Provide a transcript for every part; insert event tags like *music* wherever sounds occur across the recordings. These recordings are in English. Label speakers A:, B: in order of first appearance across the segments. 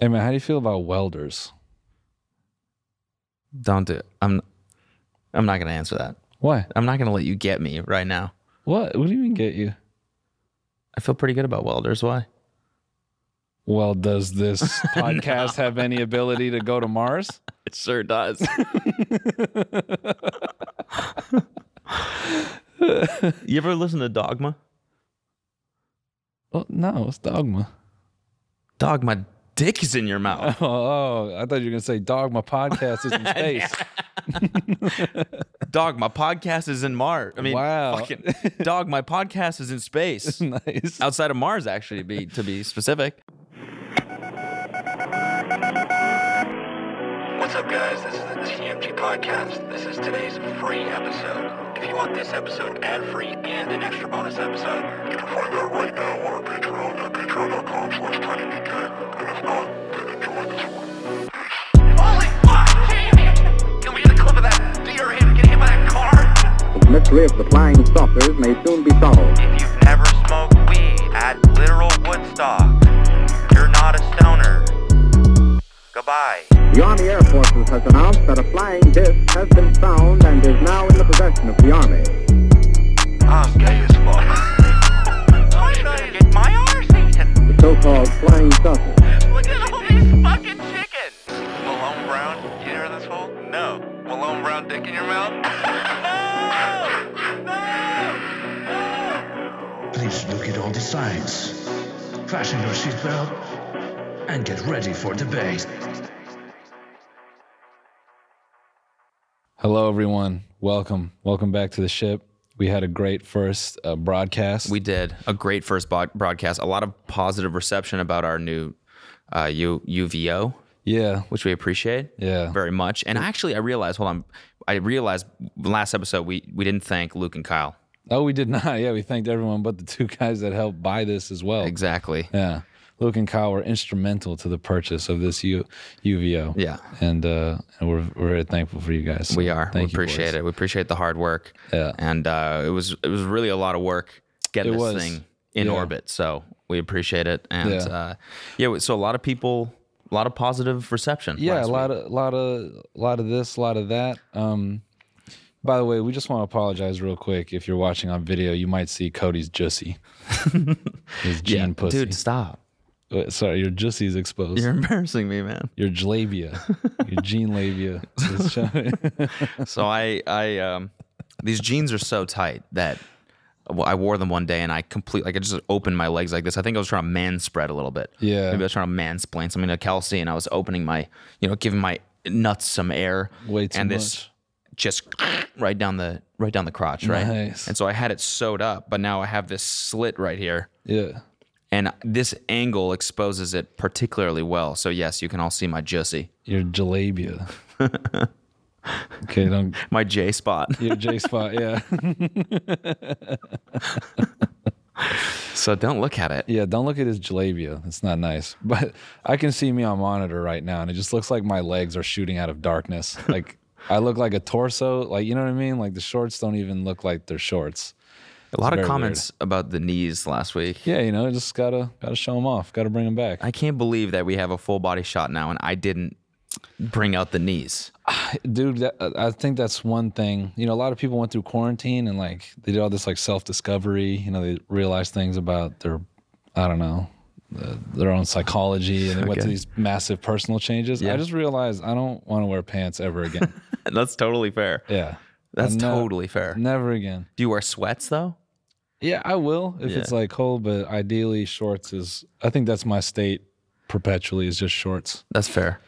A: Hey man, how do you feel about welders?
B: Don't do. I'm. I'm not gonna answer that.
A: Why?
B: I'm not gonna let you get me right now.
A: What? What do you mean get you?
B: I feel pretty good about welders. Why?
A: Well, does *laughs* this podcast have any ability to go to Mars?
B: It sure does. you ever listen to Dogma?
A: Well, no, it's dogma.
B: Dogma dick is in your mouth.
A: Oh, *laughs* oh, I thought you were gonna say dogma podcast is *laughs* in space.
B: *laughs* Dogma podcast is in Mars. I mean,
A: Wow.
B: fucking Dogma podcast is
A: *laughs*
B: in space.
A: nice.
B: Outside of Mars, actually, to be to be specific.
C: What's up, guys? This is the TMG Podcast. This is today's free episode. If you want this episode ad-free and an extra bonus episode, you can find that right now on our Patreon at patreon.com slash tinydk. And if not, then enjoy this one. Holy fuck! Jamie! Can we get a clip of that deer him getting hit by that car?
D: The mystery of the flying saucers may soon be solved.
E: If you've never smoked weed at literal Woodstock, you're not a stoner. Goodbye.
D: The Army Air Forces has announced that a flying disc has been found and is now in the possession of the Army.
C: I'm gay
E: *laughs*
C: as fuck.
E: I'm gonna get my arse eaten.
D: The so-called flying saucer.
E: Look at all these fucking chickens.
C: Malone Brown, you hear this hole? No. Malone Brown dick in
E: *laughs*
C: your mouth? no! No!
F: Please look at all the signs. Fasten your seatbelt and get ready for debate.
A: Hello, everyone. Welcome, welcome back to the ship. We had a great first uh, broadcast.
B: We did a great first bo- broadcast. A lot of positive reception about our new uh, U- UVO,
A: yeah,
B: which we appreciate
A: Yeah.
B: very much. And actually, I realized. Hold on, I realized last episode we we didn't thank Luke and Kyle
A: Oh, we did not. *laughs* Yeah, we thanked everyone but the two guys that helped buy this as well.
B: exactly.
A: Yeah. Luke and Kyle were instrumental to the purchase of this U- UVO.
B: Yeah.
A: And uh and we're we're very thankful for you guys.
B: We are.
A: Thank
B: we appreciate it. We appreciate the hard work.
A: Yeah.
B: And uh, it was it was really a lot of work getting
A: It
B: this
A: was.
B: thing in
A: Yeah.
B: orbit. So we appreciate it. And
A: Yeah.
B: yeah, uh, yeah so a lot of people, a lot of positive reception.
A: Yeah,
B: last
A: a lot of lot of lot of this, a lot of that. Um by the way, we just want to apologize real quick. If you're watching on video, you might see Cody's
B: *laughs*
A: jussy. His
B: week.
A: gene pussy.
B: Dude, stop.
A: Wait, sorry, your jussy's exposed.
B: You're *laughs* embarrassing me, man.
A: your labia,
B: *laughs*
A: your gene labia. is showing.
B: So I, I, um, these jeans are so tight that well, I wore them one day and I complete like I just opened my legs like this. I think I was trying to man spread a little bit.
A: Yeah.
B: maybe I was trying to mansplain something to Kelsey, and I was opening my, you know, giving my nuts some air.
A: Way too
B: and this just *clears throat* right down the right down the crotch, right?
A: Nice.
B: And so I had it sewed up, but now I have this slit right here.
A: yeah.
B: And this angle exposes it particularly well. So yes, you can all see my jussy,
A: Your
B: *laughs*
A: jalabia. okay, don't
B: my J spot. *laughs*
A: your J spot, yeah.
B: So don't look at it.
A: Yeah, don't look at his jalabia. It's not nice. *laughs* But I can see me on monitor right now and it just looks like my legs are shooting out of *laughs* darkness. Like I look like a torso, like you know what I mean? Like the shorts don't even look like they're shorts.
B: A lot of
A: very
B: comments about the knees last week.
A: Yeah, you know, just gotta gotta show them off, gotta bring them back.
B: I can't believe that we have a full body shot now, and I didn't bring out the knees. *laughs*
A: dude that, uh, i think that's one thing you know a lot of people went through quarantine and like they did all this like self-discovery you know they realized things about their i don't know uh, their own psychology and they went through
B: Okay.
A: these massive personal changes i
B: Yeah.
A: just realized i don't want to wear pants ever again
B: That's totally fair.
A: yeah
B: That's
A: I'm not-
B: totally fair.
A: never again
B: Do you wear sweats though?
A: yeah i will if it's
B: Yeah.
A: like cold but ideally shorts is i think that's my state perpetually is just shorts
B: That's fair.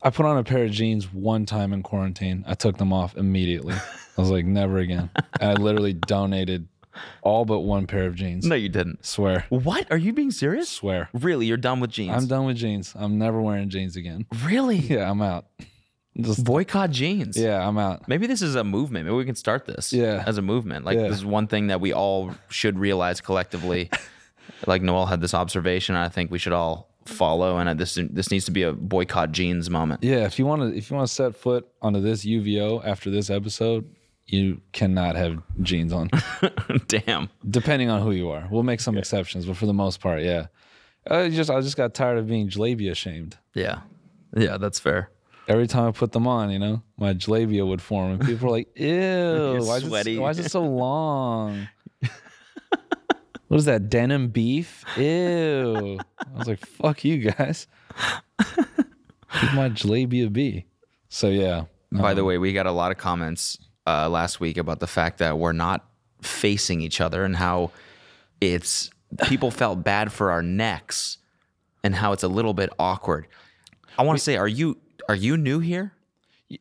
A: I put on a pair of jeans one time in quarantine. I took them off immediately. I was like, never again. And I literally donated all but one pair of jeans.
B: No, you didn't.
A: Swear.
B: What? Are you being serious?
A: Swear.
B: Really? You're done with jeans?
A: I'm done with jeans. I'm never wearing jeans again. *laughs*
B: Really?
A: Yeah, I'm out. Just
B: Boycott jeans.
A: yeah, I'm out.
B: Maybe this is a movement. Maybe we can start this.
A: Yeah.
B: As a movement. Like
A: Yeah.
B: this is one thing that we all should
A: *laughs*
B: realize collectively. like Noel had this observation, and I think we should all follow. And I, this this needs to be a boycott jeans moment.
A: Yeah, if you want to if you want to set foot onto this UVO after this episode, you cannot have jeans on.
B: *laughs* Damn.
A: depending on who you are. We'll make some exceptions, but for the most part, yeah. I just I just got tired of being jalabi ashamed.
B: Yeah. Yeah, that's fair.
A: Every time I put them on, you know, my jalabia would form, and people were like, "Ew, why is,
B: sweaty.
A: it, why is it so long? what is that denim beef? Ew!" I was like, "Fuck you guys, keep my jalabia be." So yeah,
B: By the way, we got a lot of comments uh, last week about the fact that we're not facing each other and how it's *laughs* people felt bad for our necks and how it's a little bit awkward. I want to say, are you are you new here?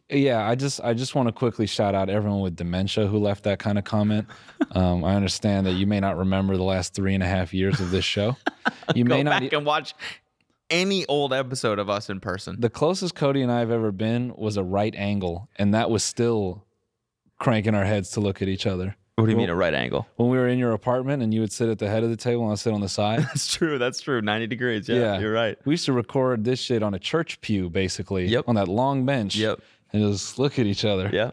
A: yeah i just i just want to quickly shout out everyone with dementia who left that kind of comment um, i understand that you may not remember the last three and a half years of this
B: *laughs*
A: show you may
B: Go
A: not e
B: back and watch any old episode of us in person.
A: the closest cody and i have ever been was a right angle and that was still cranking our heads to look at each other
B: What do you mean a right angle? *laughs*
A: when we were in your apartment and you would sit at the head of the table and i sit on the side
B: That's true. That's true. Ninety degrees. Yeah, you're right.
A: we used to record this shit on a church pew basically
B: Yep.
A: on that long bench
B: Yep.
A: and just look at each other
B: Yeah.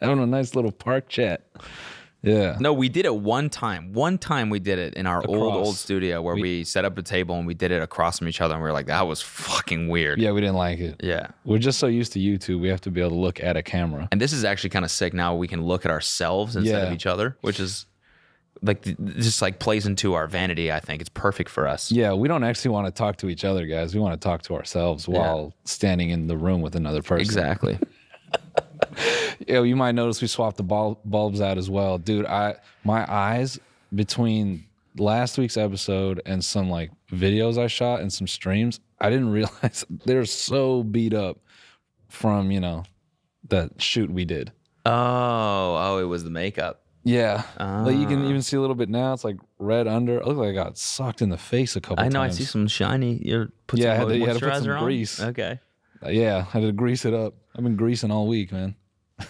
A: having a nice little park chat yeah
B: No, we did it one time. One time we did it in our old
A: Across.
B: old studio where we, set up a table and we did it across from each other and we were like, that was fucking weird.
A: yeah we didn't like it
B: Yeah.
A: We're just so used to YouTube, we have to be able to look at a camera.
B: And this is actually kind of sick now. We can look at ourselves instead of
A: Yeah.
B: each other, which is like th- just like plays into our vanity. I think it's perfect for us.
A: Yeah, we don't actually want to talk to each other, guys. We want to talk to ourselves while standing in the room with another person. *laughs*
B: Exactly.
A: Yeah, you might notice we swapped the bul- bulbs out as well, dude. I my eyes between last week's episode and some like videos I shot and some streams, I didn't *laughs* realize they're so beat up from you know that shoot we did.
B: oh, oh, it was the makeup.
A: Yeah, like you can even
B: Ah.
A: see a little bit now. It's like red under. I look like I got sucked in the face a couple.
B: I know. I
A: times.
B: see some shiny. You put
A: Yeah, I
B: some
A: had to- you had to put
B: moisturizer
A: some
B: on.
A: grease.
B: Okay. *laughs*
A: Uh, Yeah, I had to grease it up. I've been greasing all week, man. *laughs* I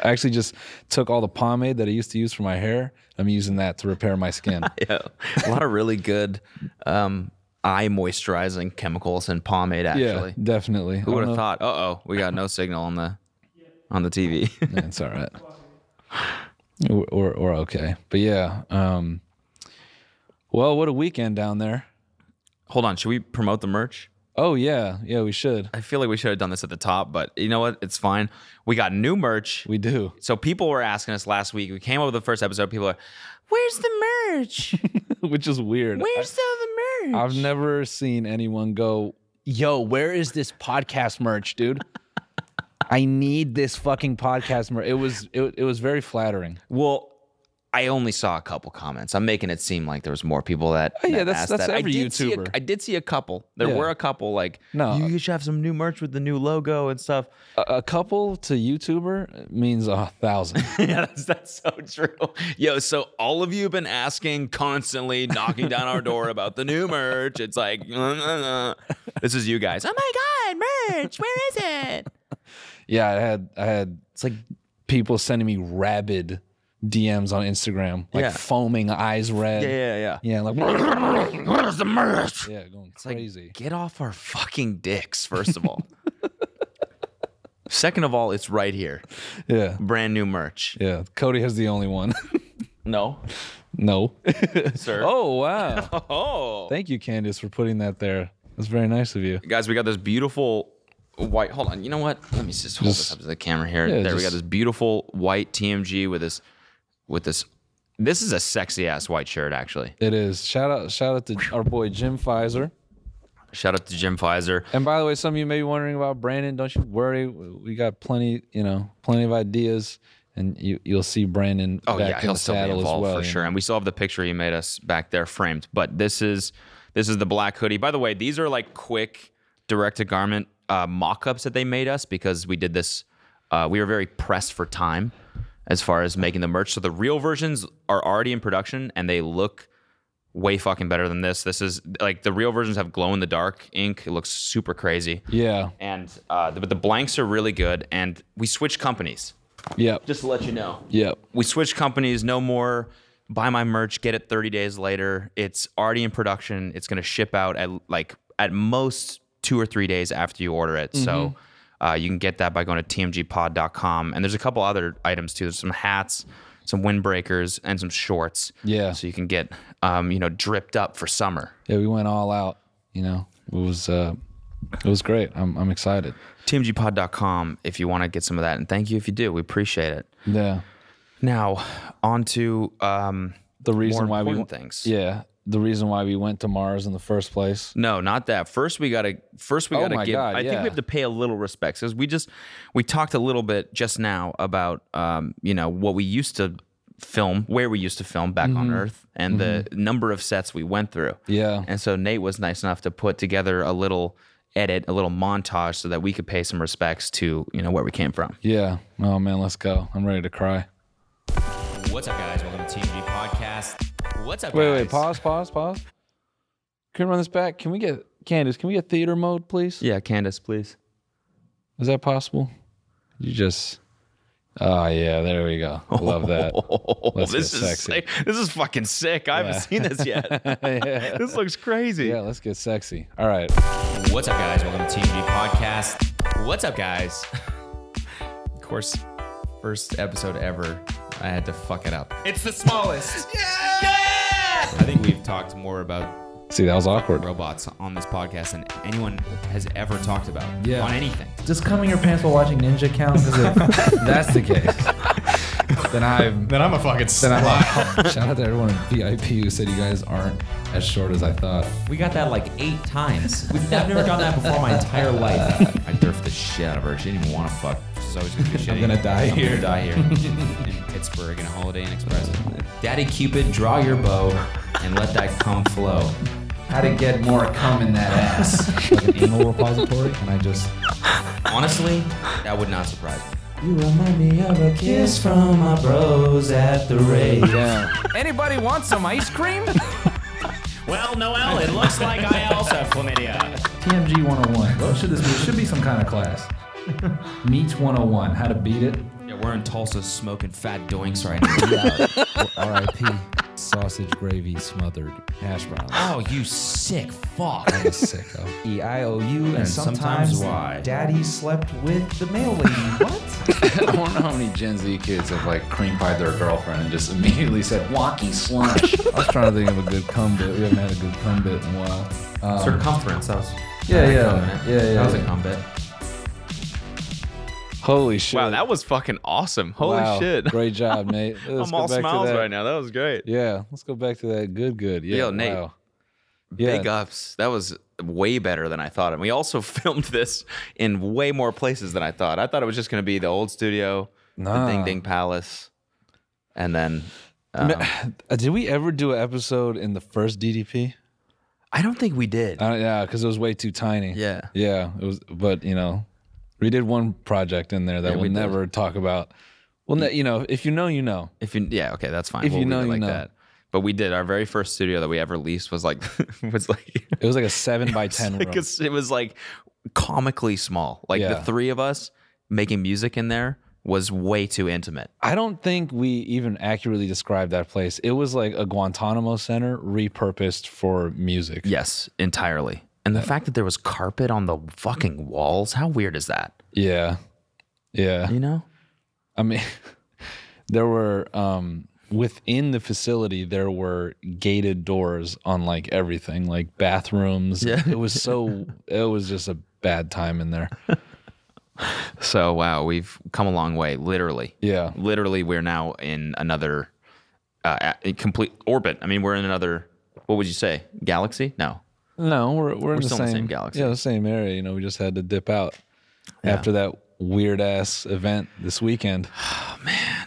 A: actually just took all the pomade that I used to use for my hair. I'm using that to repair my skin.
B: *laughs* Yeah. A lot of really good um, eye moisturizing chemicals and pomade.
A: yeah,
B: Actually,
A: definitely.
B: who would have thought? Uh oh, we got no signal on the on
A: *laughs*
B: the TV.
A: It's all right. We're, we're, we're okay. But yeah, um, well, what a weekend down there.
B: Hold on, should we promote the merch?
A: Oh, yeah. Yeah, we should.
B: I feel like we should have done this at the top, but you know what? It's fine. We got new merch.
A: We do.
B: So people were asking us last week. We came up with the first episode. People are, where's the merch?
A: *laughs* Which is weird.
B: Where's the, the merch?
A: I've never seen anyone go, yo, where is this podcast merch, dude? *laughs* I need this fucking podcast merch. It was it, it was very flattering.
B: Well, I only saw a couple comments. I'm making it seem like there was more people that.
A: Oh, yeah,
B: that
A: that's-
B: asked
A: that's
B: that. I
A: every
B: did see a-
A: YouTuber.
B: I did see a couple. There
A: Yeah.
B: were a couple like,
A: No.
B: you should have some new merch with the new logo and stuff.
A: A, a couple to YouTuber means a thousand.
B: *laughs* yeah, that's, that's so true. Yo, so all of you have been asking constantly, knocking down our door about the new merch. It's like, "Uh, uh, uh." this is you guys. Oh my god, merch! Where is it?
A: yeah, I had I had
B: It's like
A: people sending me rabid DMs on Instagram, like
B: Yeah.
A: foaming, eyes red.
B: yeah, yeah, yeah.
A: yeah
B: *laughs*
A: like
F: Where's the merch?
A: yeah, going
B: Like,
A: crazy.
B: Get off our fucking dicks, first of all. *laughs* Second of all, it's right here.
A: yeah.
B: Brand new merch.
A: Yeah. Cody has the only one. *laughs*
B: No,
A: no.
B: sir.
A: oh wow.
B: *laughs* Oh.
A: Thank you, Candace, for putting that there. That's very nice of you.
B: Guys, we got this beautiful white. Hold on. You know what? Let me just hold this
A: Just-
B: up to the camera here.
A: yeah,
B: there we got
A: just-
B: this beautiful white TMG with this with this this is a sexy ass white shirt actually.
A: It is. Shout out shout out to our boy Jim Pfizer.
B: Shout out to Jim Pfizer.
A: And by the way, some of you may be wondering about Brandon. Don't you worry. We got plenty, you know, plenty of ideas. And you, you'll see Brandon
B: Oh
A: back
B: yeah,
A: in
B: he'll
A: the
B: still be
A: saddle as
B: involved
A: well.
B: for
A: you
B: sure.
A: know.
B: And we still have the picture he made us back there framed. But this is this is the black hoodie. By the way, these are like quick direct to garment uh, mock-ups that they made us because we did this. Uh, we were very pressed for time as far as making the merch. So the real versions are already in production and they look way fucking better than this. This is like the real versions have glow in the dark ink. It looks super crazy.
A: Yeah.
B: And uh, but the blanks are really good. And we switched companies.
A: Yep.
B: Just to let you know
A: Yep.
B: we switched companies no more buy my merch get it 30 days later it's already in production it's going to ship out at like at most two or three days after you order it so
A: Mm-hmm.
B: uh, you can get that by going to tmgpod.com and there's a couple other items too there's some hats some windbreakers, and some shorts.
A: Yeah.
B: So you can get, um, you know, dripped up for summer.
A: Yeah, we went all out. You know, it was uh, it was great. I'm I'm excited.
B: TMGpod.com if you want to get some of that. And thank you if you do. We appreciate it.
A: Yeah,
B: Now, on to um,
A: the reason
B: more
A: why we
B: important
A: went-
B: things.
A: Yeah, the reason why we went to Mars in the first place.
B: No, not that. First, we gotta. First, we
A: Oh
B: gotta
A: my
B: give.
A: God,
B: I think
A: yeah.
B: we have to pay a little respects because we just we talked a little bit just now about um, you know what we used to film, where we used to film back on
A: Mm-hmm.
B: Earth, and the number of sets we went through.
A: Yeah.
B: And so Nate was nice enough to put together a little edit, a little montage, so that we could pay some respects to you know where we came from.
A: Yeah. Oh man, let's go. I'm ready to cry.
G: What's up, guys? Welcome to TMG Podcast. What's up,
A: Wait,
G: guys?
A: wait, pause, pause, pause. Can we run this back? Can we get Candace? Can we get theater mode, please?
B: Yeah, Candace, please.
A: Is that possible? You just. Oh yeah, there we go.
H: *laughs*
A: Love
B: *laughs*
A: that. *laughs* Let's
B: Oh, this
A: get
B: is
A: sexy.
B: sick. this is fucking sick. I haven't seen this
A: *laughs*
B: yet.
A: yeah.
B: *laughs* this looks crazy.
A: yeah, let's get sexy. All right.
G: What's up, guys? Welcome to TMG Podcast. What's up, guys? *laughs* of course, first episode ever. I had to fuck it up. It's the smallest. yeah! I think we've talked more about
A: See, that was awkward.
G: robots on this podcast than anyone has ever talked about
A: Yeah.
G: on anything.
I: Does coming your pants while watching Ninja count? 'Cause if that's the case, then I'm.
H: Then I'm a fucking
I: Then
H: slut.
I: I'm *laughs* Shout out to everyone in VIP who said you guys aren't as short as I thought.
G: We got that like eight times. We've, I've never done that before in my entire life. I durfed the shit out of her. She didn't even want to fuck. She's always gonna be shitty.
I: I'm gonna
G: *laughs*
I: die
G: I'm
I: here.
G: Gonna die *laughs* here in, in Pittsburgh in a Holiday Inn Express. Daddy Cupid, draw your bow and let that cum flow.
I: How to get more cum in that ass? like an anal repository? Can I just?
G: Honestly, that would not surprise me.
I: You remind me of a kiss from my bros at the rave. Anybody want some ice cream?
J: Well, Noel, it looks like I also have chlamydia.
I: TMG 101. What should this be? oh It should be some kind of class. Meets 101. How to beat it.
G: Yeah, we're in Tulsa smoking fat doinks right *laughs* now.
I: R.I.P. Sausage gravy smothered hash browns.
G: oh, you sick fuck.
I: sicko. E-I-O-U and,
G: sometimes why.
I: Daddy slept with the mail lady. *laughs* what?
H: *laughs* I don't know how many Gen Z kids have like cream pied their girlfriend and just *laughs* immediately said wonky slunch.
I: I was trying to think of a good cum bit. We haven't had a good cum bit in a while. Um,
G: Circumference. That was
I: yeah, yeah, yeah, yeah.
G: that was a
I: yeah.
G: cum bit.
A: Holy shit.
B: Wow, that was fucking awesome. Holy
A: Wow,
B: shit.
A: Great job, Nate. Let's
B: *laughs* I'm
A: go
B: all
A: back to
B: smiles
A: that.
B: right now. That was great.
A: Yeah, let's go back to that good, good. Yeah,
B: Yo, Nate,
A: wow. Yeah,
B: Big ups. That was way better than I thought. And we also *laughs* filmed this in way more places than I thought. I thought it was just going to be the old studio, the Ding
A: Nah.
B: Ding Palace, and then. um,
A: Uh, Did we ever do an episode in the first DDP?
B: I don't think we did.
A: Uh, yeah, because it was way too tiny.
B: Yeah.
A: yeah, it was. But you know, we did one project in there that
B: Yeah, we
A: we'll
B: did.
A: never talk about. Well, ne- you know, if you know, you know.
B: If you, yeah, okay, that's fine.
A: If
B: We'll
A: you
B: leave
A: know,
B: it
A: you
B: like
A: know.
B: that. But we did. Our very first studio that we ever leased was like, *laughs* was like, *laughs*
A: It was like a seven by ten room.
B: like it's- it was like comically small. Like the
A: Yeah.
B: three of us making music in there was way too intimate.
A: I don't think we even accurately described that place. It was like a Guantanamo center repurposed for music.
B: Yes, entirely. And the fact that there was carpet on the fucking walls, how weird is that?
A: yeah, yeah.
B: You know?
A: I mean, *laughs* there were um, within the facility there were gated doors on like everything, like bathrooms.
B: Yeah.
A: It was so. It was just a bad time in there.
B: So wow, we've come a long way, literally.
A: *laughs* Yeah.
B: Literally we're now in another uh, a- complete orbit. I mean, we're in another what would you say? Galaxy? No.
A: No, we're we're, in the
B: still
A: same,
B: galaxy.
A: Yeah, the same area. You know, we just had to dip out after that weird ass event this weekend.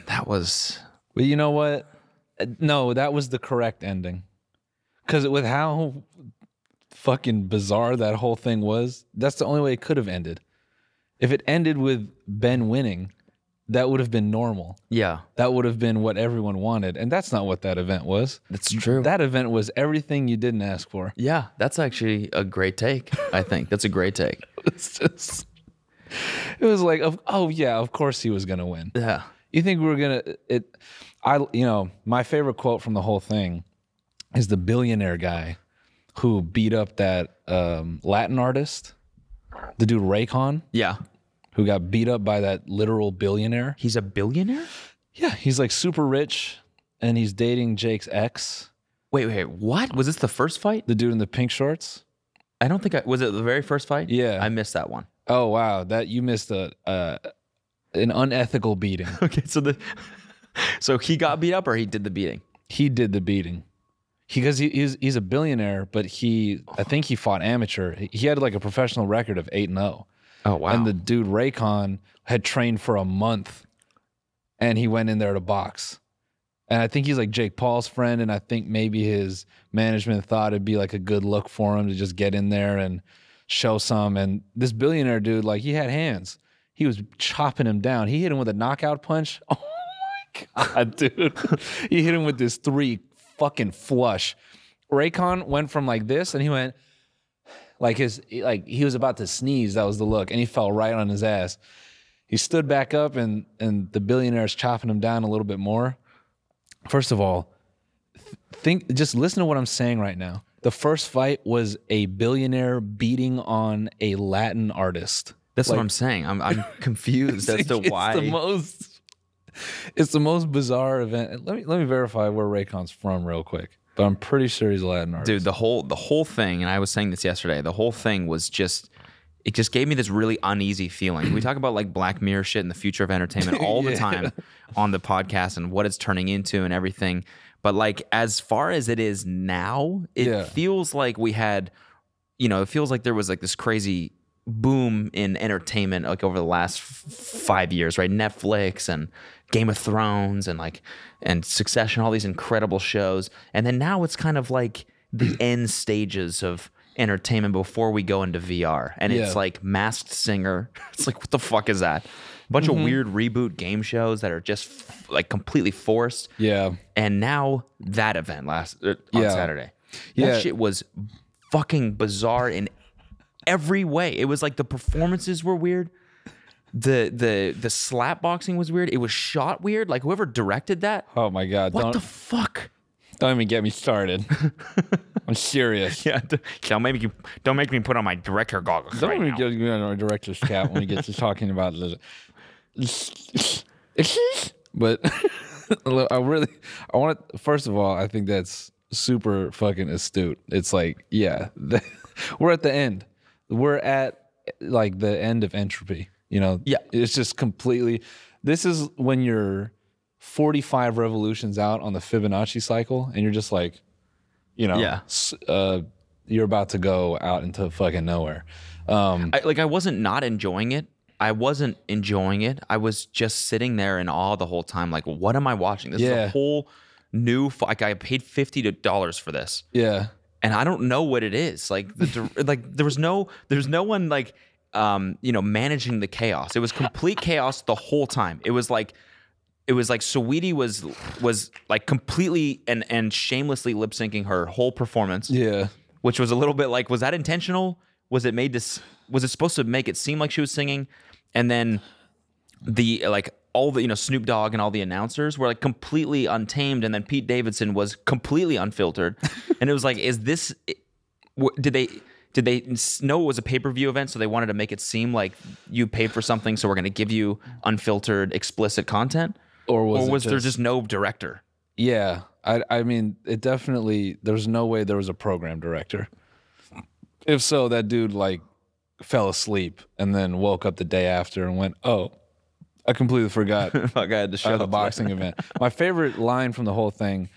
B: That was
A: But you know what? Uh, No, that was the correct ending. Because with how fucking bizarre that whole thing was, that's the only way it could have ended. If it ended with Ben winning, that would have been normal.
B: yeah,
A: That would have been what everyone wanted. And that's not what that event was.
B: that's true.
A: That event was everything you didn't ask for.
B: yeah, that's actually a great take. I think that's a great *laughs* take.
A: It's just, it was like, of- oh, yeah, of course he was going to win.
B: Yeah.
A: You think we're gonna uh, it? I you know my favorite quote from the whole thing is the billionaire guy who beat up that um, Latin artist, the dude Raycon,
B: Yeah.
A: who got beat up by that literal billionaire.
B: He's a billionaire?
A: Yeah, he's like super rich, and he's dating Jake's ex.
B: Wait, wait, what was this the first fight?
A: The dude in the pink shorts.
B: I don't think I was it the very first fight.
A: Yeah.
B: I missed that one.
A: Oh wow, that you missed a uh, an unethical beating.
B: *laughs* Okay, so the so he got beat up or he did the beating.
A: he did the beating because he, he's he's a billionaire, but he I think he fought amateur. He- He had like a professional record of eight and zero,
B: Oh wow.
A: and the dude Raycon had trained for a month, and he went in there to box. And I think he's like Jake Paul's friend, and I think maybe his management thought it'd be like a good look for him to just get in there and show some. And this billionaire dude, like he had hands. He was chopping him down. He hit him with a knockout punch. *laughs* Oh, God, dude. *laughs* he hit him with this three fucking flush. Raycon went from like this and he went like his like he was about to sneeze. That was the look. And he fell right on his ass. He stood back up and and the billionaire's chopping him down a little bit more. First of all, th- think just listen to what I'm saying right now. The first fight was a billionaire beating on a Latin artist.
B: That's
A: Like,
B: what I'm saying. I'm *laughs* I'm confused as to
A: it's
B: why.
A: the most it's the most bizarre event. Let me let me verify where Raycon's from real quick. But I'm pretty sure he's Latin artist.
B: Dude, the whole the whole thing, and I was saying this yesterday. The whole thing was just it just gave me this really uneasy feeling. We talk about like Black Mirror shit and the future of *laughs* entertainment all the time on the podcast and what it's turning into and everything. But like as far as it is now, it
A: Yeah.
B: feels like we had, you know, it feels like there was like this crazy boom in entertainment like over the last f- five years, right? Netflix and Game of Thrones and like and Succession, all these incredible shows. And then now it's kind of like
A: *clears throat*
B: the end stages of entertainment before we go into VR. And
A: Yeah.
B: it's like Masked Singer. *laughs* It's like what the fuck is that? A bunch
A: Mm-hmm.
B: of weird reboot game shows that are just f- like completely forced.
A: yeah.
B: And now that event last uh, on
A: Yeah.
B: Saturday. That
A: Yeah.
B: shit was fucking bizarre in every way. It was like the performances were weird. The the the slap boxing was weird. It was shot weird. Like whoever directed that.
A: Oh my god.
B: What
A: don't
B: the fuck?
A: don't even get me
B: *laughs*
A: started. I'm serious.
B: Yeah, d- don't make me don't make me put on my director goggles.
A: Don't
B: right
A: even
B: now.
A: get me on our director's cap when we get to talking about this. *laughs* But *laughs* look, I really, I want to, first of all, I think that's super fucking astute. It's like, yeah, *laughs* we're at the end. We're at like the end of entropy, you know?
B: Yeah.
A: It's just completely, this is when you're 45 revolutions out on the Fibonacci cycle and you're just like, you know,
B: Yeah.
A: s- uh, you're about to go out into fucking nowhere. Um,
B: I, like I wasn't not enjoying it. I wasn't enjoying it. I was just sitting there in awe the whole time. Like, what am I watching? This is
A: Yeah.
B: a whole new. fu- Like, I paid fifty dollars for this,
A: yeah.
B: and I don't know what it is. Like, the, dir- like there was no, there's no one like, um, you know, managing the chaos. It was complete chaos the whole time. It was like, it was like Saweetie was was like completely and and shamelessly lip syncing her whole performance
A: Yeah.
B: which was a little bit like, was that intentional? Was it made this? Was it supposed to make it seem like she was singing? And then the like all the you know Snoop Dogg and all the announcers were like completely untamed, and then Pete Davidson was completely *laughs* unfiltered, and it was like, is this? w- Did they? Did they s- know it was a pay per view event, so they wanted to make it seem like you paid for something, so we're going to give you unfiltered, explicit content?
A: Or was,
B: or
A: it
B: was there
A: just-
B: just no director?
A: Yeah, I I mean, it definitely there's no way there was a program director. If so, that dude like fell asleep and then woke up the day after and went, "Oh, I completely forgot
B: *laughs* Fuck, I
A: *laughs*
B: had
A: I
B: to show
A: had the boxing event." My favorite line from the whole thing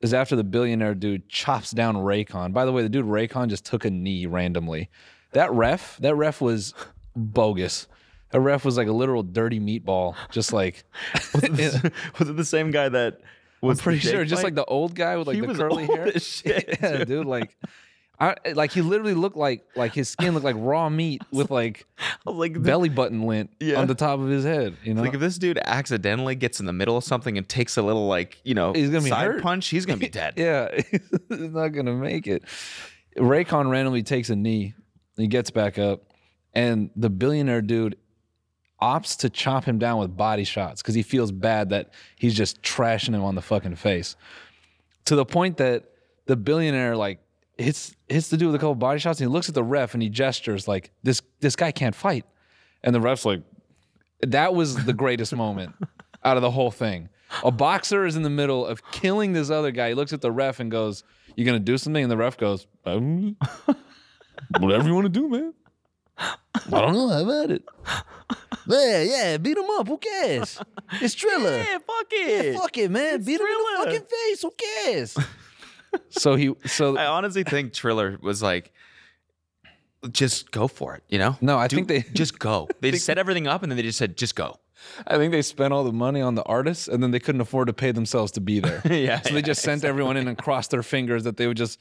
A: is after the billionaire dude chops down Raycon. By the way, the dude Raycon just took a knee randomly. That ref, that ref was bogus. That ref was like a literal dirty meatball, just
B: *laughs*
A: like
B: *laughs* was it the same guy that was
A: I'm pretty sure, just like the old guy with like
B: He
A: the
B: was
A: curly
B: old
A: hair. *laughs*
B: as shit,
A: yeah, dude. Like, I like he literally looked like like his skin looked like raw meat with
B: *laughs*
A: like
B: like
A: belly button lint
B: Yeah.
A: on the top of his head. You know,
B: Like if this dude accidentally gets in the middle of something and takes a little like you know
A: He's gonna be
B: side
A: hurt.
B: punch, he's gonna be dead.
A: *laughs* yeah, he's not gonna make it. Raycon randomly takes a knee. He gets back up, and the billionaire dude opts to chop him down with body shots because he feels bad that he's just trashing him on the fucking face. To the point that the billionaire like hits hits the dude with a couple body shots and he looks at the ref and he gestures like this this guy can't fight. And the ref's like, that was the greatest moment out of the whole thing. A boxer is in the middle of killing this other guy. He looks at the ref and goes, "You gonna do something?" And the ref goes, um, "Whatever you want to do, man. I don't know. I've had it. Yeah, yeah, beat him up. Who cares? It's Triller.
B: *laughs*
A: Yeah,
B: fuck it.
A: fuck it, man. beat him in the fucking face. Who cares?" so he, so
B: I honestly think Triller was like, just go for it, you know?
A: no, I
B: Do-
A: think they *laughs*
B: just go. They just set everything up and then they just said, just go.
A: I think they spent all the money on the artists and then they couldn't afford to pay themselves to be there.
B: *laughs* Yeah,
A: So they just sent everyone in and crossed their fingers that they would just,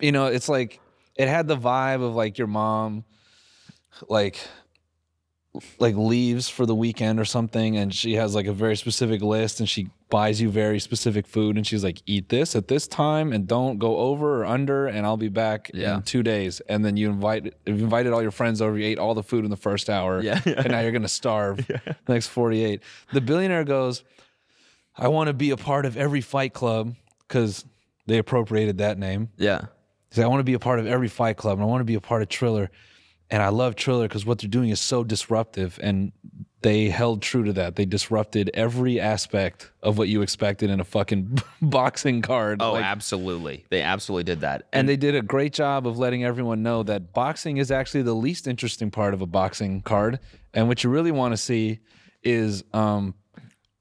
A: you know, it's like, it had the vibe of like your mom, like, like leaves for the weekend or something and she has like a very specific list and she buys you very specific food and she's like eat this at this time and don't go over or under and I'll be back
B: Yeah.
A: in 2 days and then you invite you invited all your friends over you ate all the food in the first hour
B: Yeah.
A: and now you're going to
B: *laughs*
A: starve the next 48 the billionaire goes I want to be a part of every fight club cuz they appropriated that name
B: Yeah.
A: He's like, I want to be a part of every fight club and I want to be a part of Triller. And I love Triller because what they're doing is so disruptive. And they held true to that. They disrupted every aspect of what you expected in a fucking *laughs* boxing card.
B: Oh,
A: Like,
B: absolutely. They absolutely did that.
A: and they did a great job of letting everyone know that boxing is actually the least interesting part of a boxing card. And what you really want to see is um,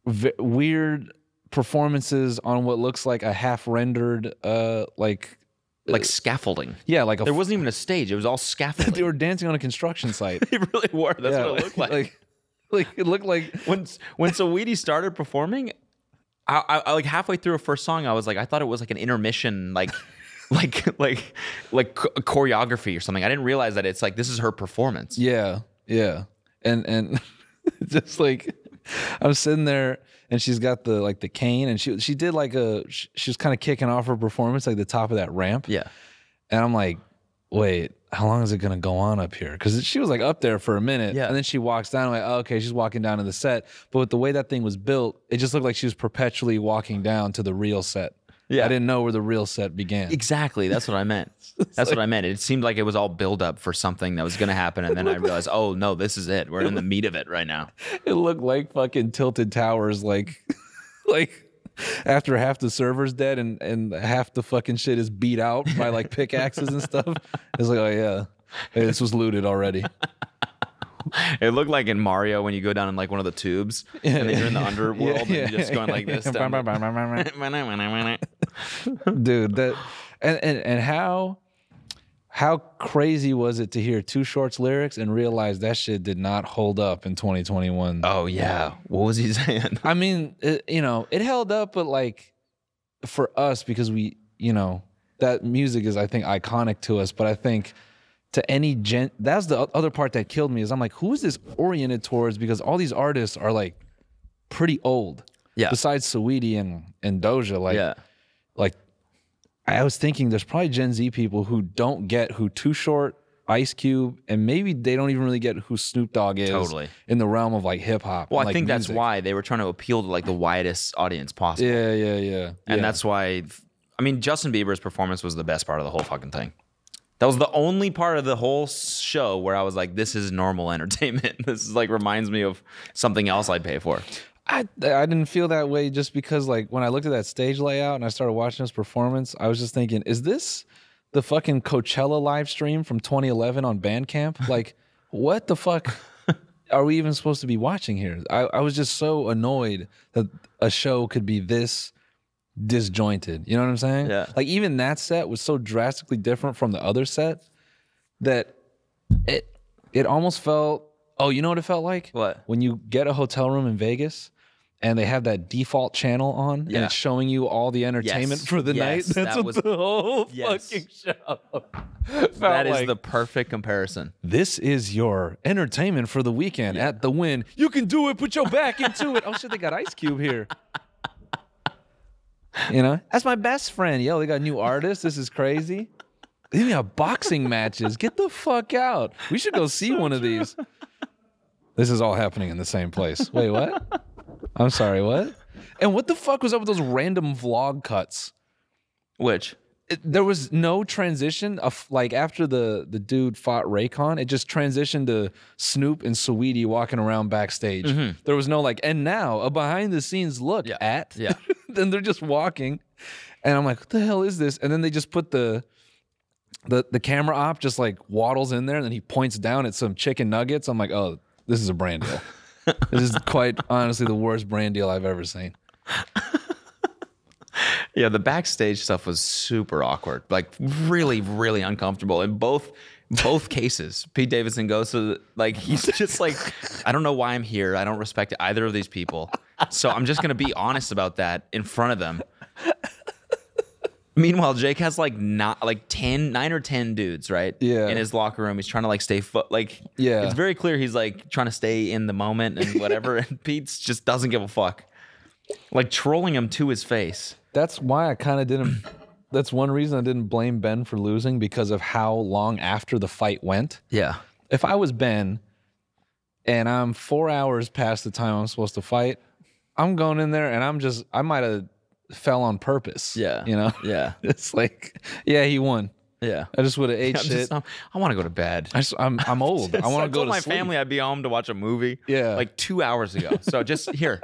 A: v- weird performances on what looks like a half rendered, uh, like,
B: like scaffolding.
A: yeah, like a
B: There wasn't even a stage. It was all scaffolding.
A: uh, *laughs* they were dancing on a construction site. *laughs*
B: *laughs* They really were. That's
A: Yeah,
B: what it looked like.
A: like, like it looked like
B: when when Saweetie started performing, I, I, I like halfway through her first song, I was like, I thought it was like an intermission, *laughs* like. Like like like cho- choreography or something. I didn't realize that it's like this is her performance.
A: yeah, yeah, and and *laughs* just like I'm sitting there and she's got the like the cane and she she did like a she, she was kind of kicking off her performance like the top of that ramp
B: Yeah.
A: and I'm like wait how long is it gonna go on up here because she was like up there for a minute
B: Yeah.
A: and then she walks down I'm like oh, okay she's walking down to the set but with the way that thing was built it just looked like she was perpetually walking down to the real set
B: Yeah.
A: I didn't know where the real set began
B: Exactly. That's what I *laughs* meant. That's what I meant. It seemed like it was all build up for something that was going to happen, and then I realized, oh no, this is it. We're in the meat of it right now.
A: It looked like fucking tilted towers, like *laughs* like after half the server's dead and and half the fucking shit is beat out by like pickaxes and stuff. It's like, oh yeah. Hey, this was looted already.
B: It looked like in Mario when you go down in like one of the tubes, and then you're *laughs* in the underworld, and you're just going like this. down the- *laughs*
A: Dude, that and, and and how how crazy was it to hear two shorts lyrics and realize that shit did not hold up in 2021?
B: oh yeah, what was he *laughs* saying?
A: I mean, it, you know, it held up, but like for us, because we, you know, that music is, I think, iconic to us. But I think to any gen, that's the o- other part that killed me is I'm like, who is this oriented towards? Because all these artists are like pretty old.
B: Yeah.
A: Besides Saweetie and and Doja, like,
B: yeah,
A: like I was thinking, there's probably Gen Z people who don't get who Too Short, Ice Cube, and maybe they don't even really get who Snoop Dogg is
B: Totally.
A: in the realm of like hip hop.
B: Well,
A: and,
B: I
A: like,
B: think that's
A: music.
B: why they were trying to appeal to like the widest audience possible.
A: Yeah, yeah, yeah. yeah.
B: And that's why, I mean, Justin Bieber's performance was the best part of the whole fucking thing. That was the only part of the whole show where I was like, this is normal *laughs* entertainment. This is like reminds me of something else I'd pay for.
A: I I didn't feel that way just because like when I looked at that stage layout and I started watching this performance, I was just thinking, is this the fucking Coachella live stream from 2011 on
B: *laughs*
A: Bandcamp? Like, what the fuck are we even supposed to be watching here? I, I was just so annoyed that a show could be this disjointed. You know what I'm saying?
B: Yeah.
A: Like even that set was so drastically different from the other set that it it almost felt oh, you know what it felt like?
B: What?
A: When you get a hotel room in Vegas and they have that default channel on and
B: Yeah.
A: it's showing you all the entertainment
B: Yes.
A: for the night. *laughs*
B: Yes,
A: That's
B: that
A: what
B: was-
A: the whole
B: Yes.
A: fucking show. *laughs*
B: That is
A: like-
B: the perfect comparison.
A: This is your entertainment for the weekend at the win. You can do it, put your back into it. Oh shit, they got Ice Cube here. You know? That's my best friend. Yo, they got new artists. This is crazy. They got boxing matches. Get the fuck out. We should go see one of these. This is all happening in the same place. Wait, what? I'm sorry, what? And what the fuck was up with those random vlog cuts?
B: Which?
A: it- there was no transition of like after the the dude fought Raycon, it just transitioned to Snoop and Sweetie walking around backstage.
B: Mhm.
A: There was no like, and now a behind the scenes look at.
B: Yeah.
A: *laughs* then they're just walking, and I'm like, what the hell is this? And then they just put the. The, the camera op just like waddles in there and then he points down at some chicken nuggets. I'm like, oh, this is a brand
B: *laughs*
A: deal. this is quite honestly the worst brand deal I've ever seen.
B: Yeah, the backstage stuff was super awkward, like really, really uncomfortable in both
A: *laughs*
B: both cases. Pete Davidson goes to the, like he's just like, I don't know why I'm here. I don't respect either of these people, so I'm just gonna be honest about that in front of them. Meanwhile, Jake has like not like 10, 9 or ten dudes, right?
A: Yeah.
B: In his locker room, he's trying to like stay fo- like.
A: Yeah.
B: It's very clear he's like trying to stay in the moment and whatever, *laughs* and Pete's just doesn't give a fuck, like trolling him to his face.
A: That's why I kind of didn't. That's one reason I didn't blame Ben for losing because of how long after the fight went.
B: Yeah.
A: If I was Ben and I'm four hours past the time I'm supposed to fight, I'm going in there and I'm just, I might have fell on purpose.
B: Yeah.
A: You know?
B: Yeah.
A: *laughs* It's like, yeah, he won.
B: Yeah.
A: I just would have ate
B: *laughs* I'm
A: shit.
B: just- I'm- i want to go to bed.
A: I just, I'm,
B: *laughs*
A: I'm old. I want to go
B: told
A: to
B: my
A: sleep.
B: family I'd be home to watch a movie.
A: Yeah.
B: Like two hours ago. So just
A: *laughs*
B: here,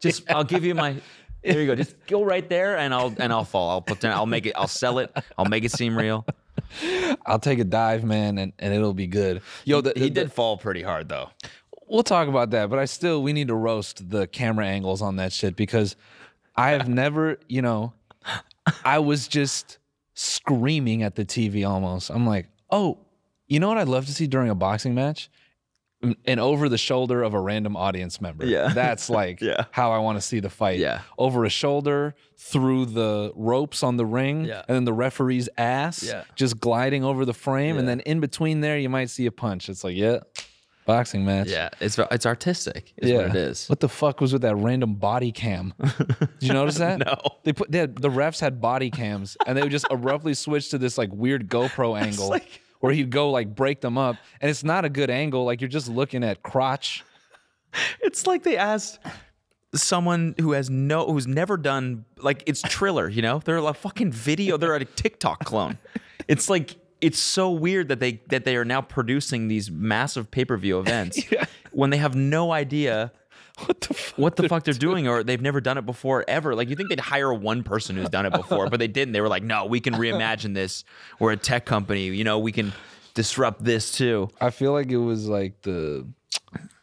B: just I'll give you my. There you go. Just go right there, and I'll and I'll fall. I'll pretend. I'll make it. I'll sell it. I'll make it seem real.
A: I'll take a dive, man, and, and it'll be good. Yo, the, *laughs*
B: he did fall pretty hard though.
A: We'll talk about that, but I still we need to roast the camera angles on that shit because I have never, you know, I was just screaming at the TV almost. I'm like, oh, you know what I'd love to see during a boxing match? An- An over the shoulder of a random audience member.
B: Yeah. *laughs*
A: That's like
B: Yeah.
A: how I want to see the fight.
B: Yeah.
A: Over a shoulder, through the ropes on the ring,
B: Yeah.
A: and then the referee's ass
B: Yeah.
A: just gliding over the frame. And then in between there, you might see a punch. It's like, yeah, boxing match
B: Yeah. It's it's artistic. Is what it is.
A: the fuck was with that random body cam? Did
B: *laughs*
A: you notice that?
B: No.
A: They put they had, the refs had body cams, and they would just abruptly switch to this like weird
B: *laughs*
A: GoPro angle
B: like-
A: where he'd go like break them up, and it's not a good angle. Like you're just looking at crotch.
B: It's like they asked someone who has no who's never done like it's Triller, you know? They're a fucking video, they're a TikTok clone. It's like it's so weird that they that they are now producing these massive pay-per-view events when they have no idea
A: What the fuck?
B: *laughs* what the fuck they're doing or they've never done it before ever. Like you think they'd hire one person who's done it before, but they didn't. They were like, "No, we can reimagine this. We're a tech company, you know, we can disrupt this too."
A: I feel like it was like the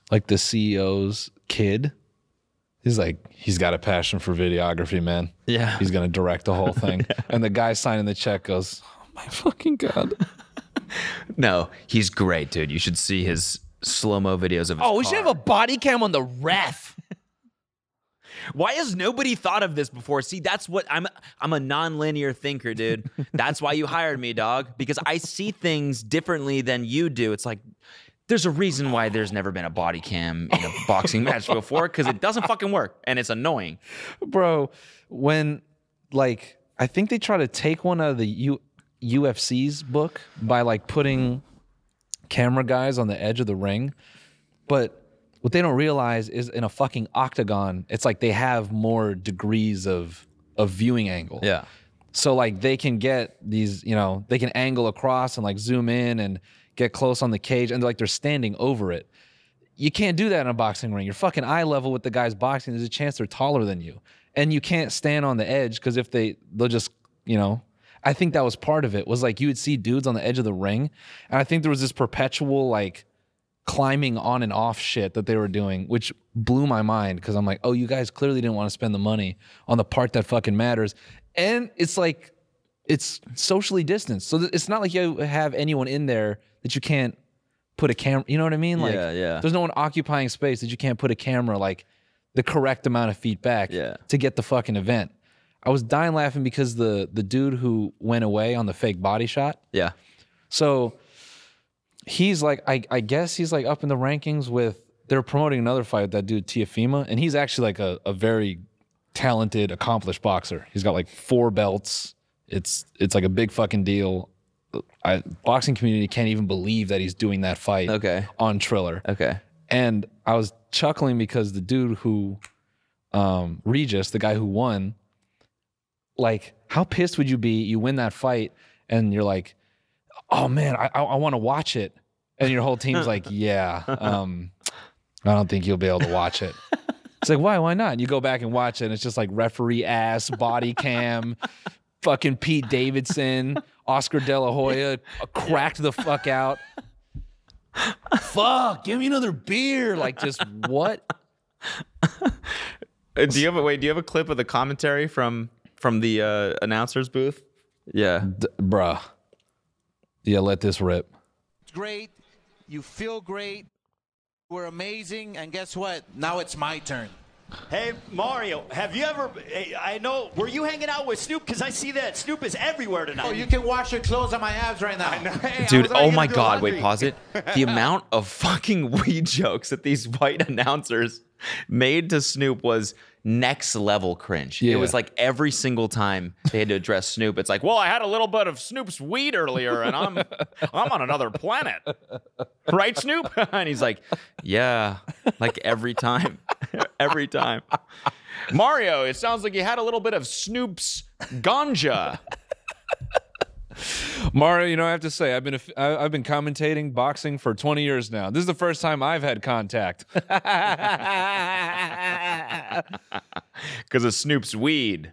A: like the CEO's kid. He's like, he's got a passion for videography, man.
B: Yeah.
A: He's gonna direct the whole
B: *laughs*
A: thing. And the guy signing the check goes, Oh my fucking God.
B: No, he's great, dude. You should see his slow-mo videos of his
A: Oh, we should
B: car.
A: have a body cam on the ref.
B: *laughs* Why has nobody thought of this before? See, that's what I'm I'm a nonlinear thinker, *laughs* dude. That's why you hired me, dog, because I see things differently than you do. It's like there's a reason why there's never been a body cam in a boxing match before cuz it doesn't fucking work and it's annoying.
A: Bro, when like I think they try to take one out of the U- UFC's book by like putting camera guys on the edge of the ring, but what they don't realize is in a fucking octagon, it's like they have more degrees of of viewing angle. So like they can get these, you know, they can angle across and like zoom in and get close on the cage and like they're standing over it. You can't do that in a boxing ring. You're fucking eye level with the guys boxing. There's a chance they're taller than you. And you can't stand on the edge because if they they'll just, you know, I think that was part of it was like you would see dudes on the edge of the ring. And I think there was this perpetual like climbing on and off shit that they were doing, which blew my mind because I'm like, oh, you guys clearly didn't want to spend the money on the part that fucking matters. And it's like, it's socially distanced. So th- it's not like you have anyone in there that you can't put a camera, you know what I mean? Like,
B: Yeah, yeah.
A: there's no one occupying space that you can't put a camera like the correct amount of feet back
B: Yeah.
A: to get the fucking event. I was dying laughing because the the dude who went away on the fake body shot,
B: Yeah.
A: so he's like, I, I guess he's like up in the rankings with they're promoting another fight with that dude Tiafima, and he's actually like a, a very talented, accomplished boxer. He's got like four belts. It's it's like a big fucking deal. I, boxing community can't even believe that he's doing that fight
B: Okay.
A: on Triller.
B: Okay.
A: And I was chuckling because the dude who, um, Regis, the guy who won, like how pissed would you be? You win that fight, and you're like, oh man, I I, I want to watch it, and your whole team's like, yeah, um, I don't think you'll be able to watch it. It's like why? Why not? And you go back and watch it, and it's just like referee ass, body cam, fucking Pete Davidson, Oscar De La Hoya uh, cracked the fuck out. Fuck, give me another beer. Like just what?
B: Uh, Do you have a wait? Do you have a clip of the commentary from from the uh, announcers booth? Yeah,
A: D- bruh. Yeah, let this rip.
K: great. You feel great. We're amazing. And guess what? Now it's my turn.
J: Hey Mario, have you ever? hey, I know. Were you hanging out with Snoop? Because I see that Snoop is everywhere tonight.
K: Oh, you can wash your clothes on my abs right now.
B: dude. Oh my god! Wait, pause it. The amount of fucking *laughs* weed jokes that these white announcers made to Snoop was next level cringe. It was
G: Yeah.
B: like every single time they had to address Snoop, it's like, well, I had a little bit of Snoop's weed earlier, and I'm I'm on another planet, right, Snoop? *laughs* and he's like, yeah, like every time, *laughs* every time. Mario, it sounds like you had a little bit of Snoop's ganja.
A: Mario, you know, I have to say, I've been a f- I- I've been commentating boxing for 20 years now. This is the first time I've had *laughs* contact.
B: *laughs* Because of Snoop's weed.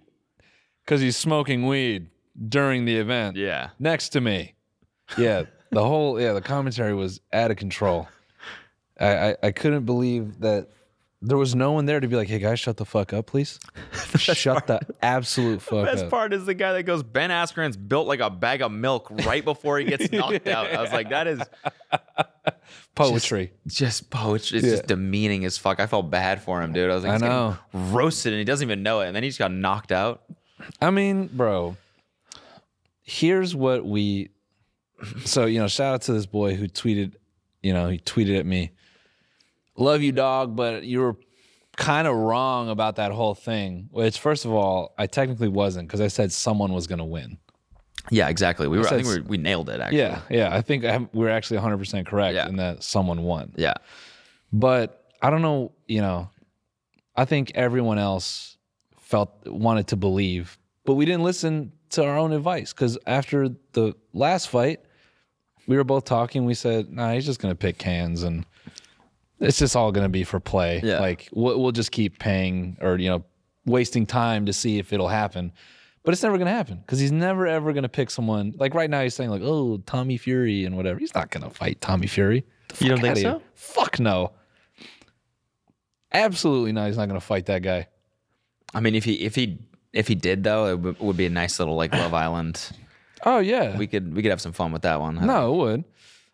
A: Because he's smoking weed during the event.
B: Yeah.
A: Next to me. Yeah. The whole, yeah, the commentary was out of control. I, I, I couldn't believe that there was no one there to be like, hey, guys, shut the fuck up, *laughs* please. shut the absolute fuck
B: Best
A: up.
B: part is the guy that goes, Ben Askren's built like a bag of milk right before he gets knocked out. I was like, that is
A: Poetry.
B: Just, just poetry. It's
A: Yeah.
B: just demeaning as fuck. I felt bad for him, dude. I was like,
A: I
B: he's getting roasted and he doesn't even know it. And then he just got knocked out.
A: I mean, bro, here's what we. So, you know, shout out to this boy who tweeted, you know, he tweeted at me, Love you, dog, but you were kind of wrong about that whole thing. Which, first of all, I technically wasn't because I said someone was going to win.
B: Yeah, exactly. We
A: I
B: were, I
A: said
B: think we,
A: s-
B: were, we nailed it, actually.
A: Yeah, yeah. I think I'm, we're actually 100% correct in that someone won. Yeah. But I don't know, you know, I think everyone else felt wanted to believe, but we didn't listen to our own advice because after the last fight, we were both talking. We said, nah, he's just going to pick cans and it's just all going to be for play.
B: Yeah.
A: Like we'll, we'll just keep paying or, you know, wasting time to see if it'll happen. But it's never going to happen because he's never, ever going to pick someone. Like right now, he's saying, like, oh, Tommy Fury and whatever. He's not going to fight Tommy Fury. The
B: You don't
A: fuck
B: think
A: outta here.
B: so?
A: Fuck no. Absolutely not. He's not going to fight that guy.
B: I mean, if he, if he, if he did though, it would- would be a nice little like Love Island.
A: Oh, yeah.
B: We could, we could have some fun with that one.
A: No, it would.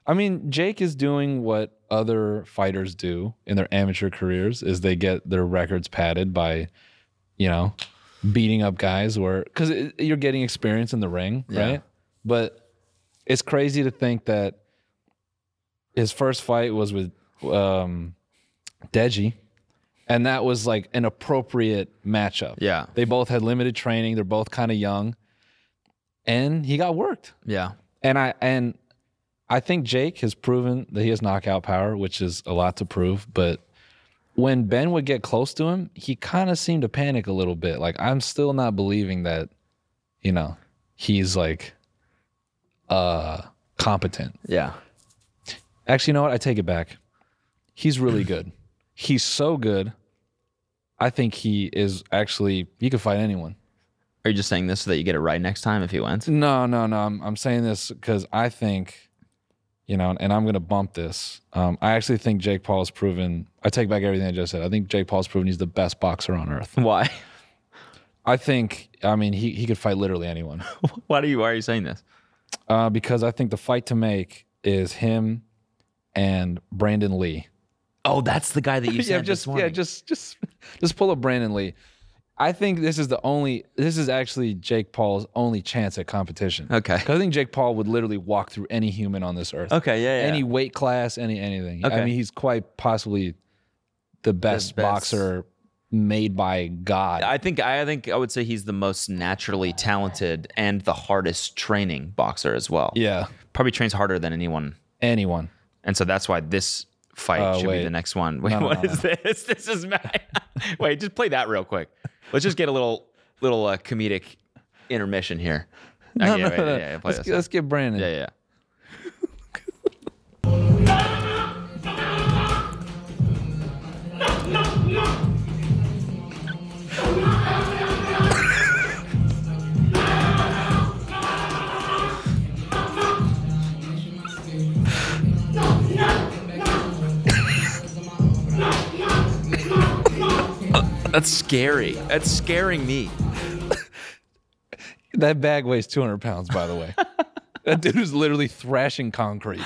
A: I mean, Jake is doing what other fighters do in their amateur careers is they get their records padded by, you know, beating up guys where cuz you're getting experience in the ring,
B: Yeah.
A: right? But it's crazy to think that his first fight was with um Deji and that was like an appropriate matchup.
B: Yeah.
A: They both had limited training, they're both kind of young and he got worked.
B: Yeah.
A: And I and I think Jake has proven that he has knockout power, which is a lot to prove. But when Ben would get close to him, he kind of seemed to panic a little bit. Like I'm still not believing that, you know, he's like uh competent.
B: Yeah.
A: Actually, you know what? I take it back. He's really good. he's so good. I think he is actually he could fight anyone.
B: Are you just saying this so that you get it right next time if he wins? *laughs*
A: No, no, no. I'm, I'm saying this because I think, you know, and I'm going to bump this. Um, I actually think Jake Paul has proven, I take back everything I just said. I think Jake Paul's proven he's the best boxer on earth.
B: Why? *laughs*
A: I think, I mean, he, he could fight literally anyone *laughs*
B: Why do you, why are you saying this?
A: uh, because I think the fight to make is him and Brandon Lee.
B: Oh, that's the *laughs* guy that you said
A: yeah,
B: this
A: just yeah,
B: morning.
A: just just just pull up Brandon Lee. I think this is the only. This is actually Jake Paul's only chance at competition.
B: Okay.
A: 'Cause I think Jake Paul would literally walk through any human on this earth.
B: Okay, yeah, yeah.
A: Any weight class, any anything. I
B: Okay.
A: mean, he's quite possibly the best,
B: best.
A: boxer made by God.
B: *laughs* I think I think I would say he's the most naturally talented and the hardest training boxer as well.
A: Yeah.
B: Probably trains harder than anyone.
A: Anyone.
B: And so that's why this fight
A: Oh,
B: should be
A: wait.
B: the next one. Uh, Wait,
A: No,
B: what
A: no,
B: is
A: no, no.
B: this? *laughs* This is mad. wait, just play that real quick. Let's just get a little little uh, comedic intermission *laughs* here.
A: No, *laughs*
B: Okay,
A: no,
B: wait,
A: no, no.
B: yeah, yeah, play
A: let's,
B: this.
A: get- let's get Brandon.
B: Yeah, yeah. *laughs* That's scary. That's scaring me.
A: That bag weighs 200 pounds, by the
B: *laughs*
A: way. that dude is literally thrashing concrete.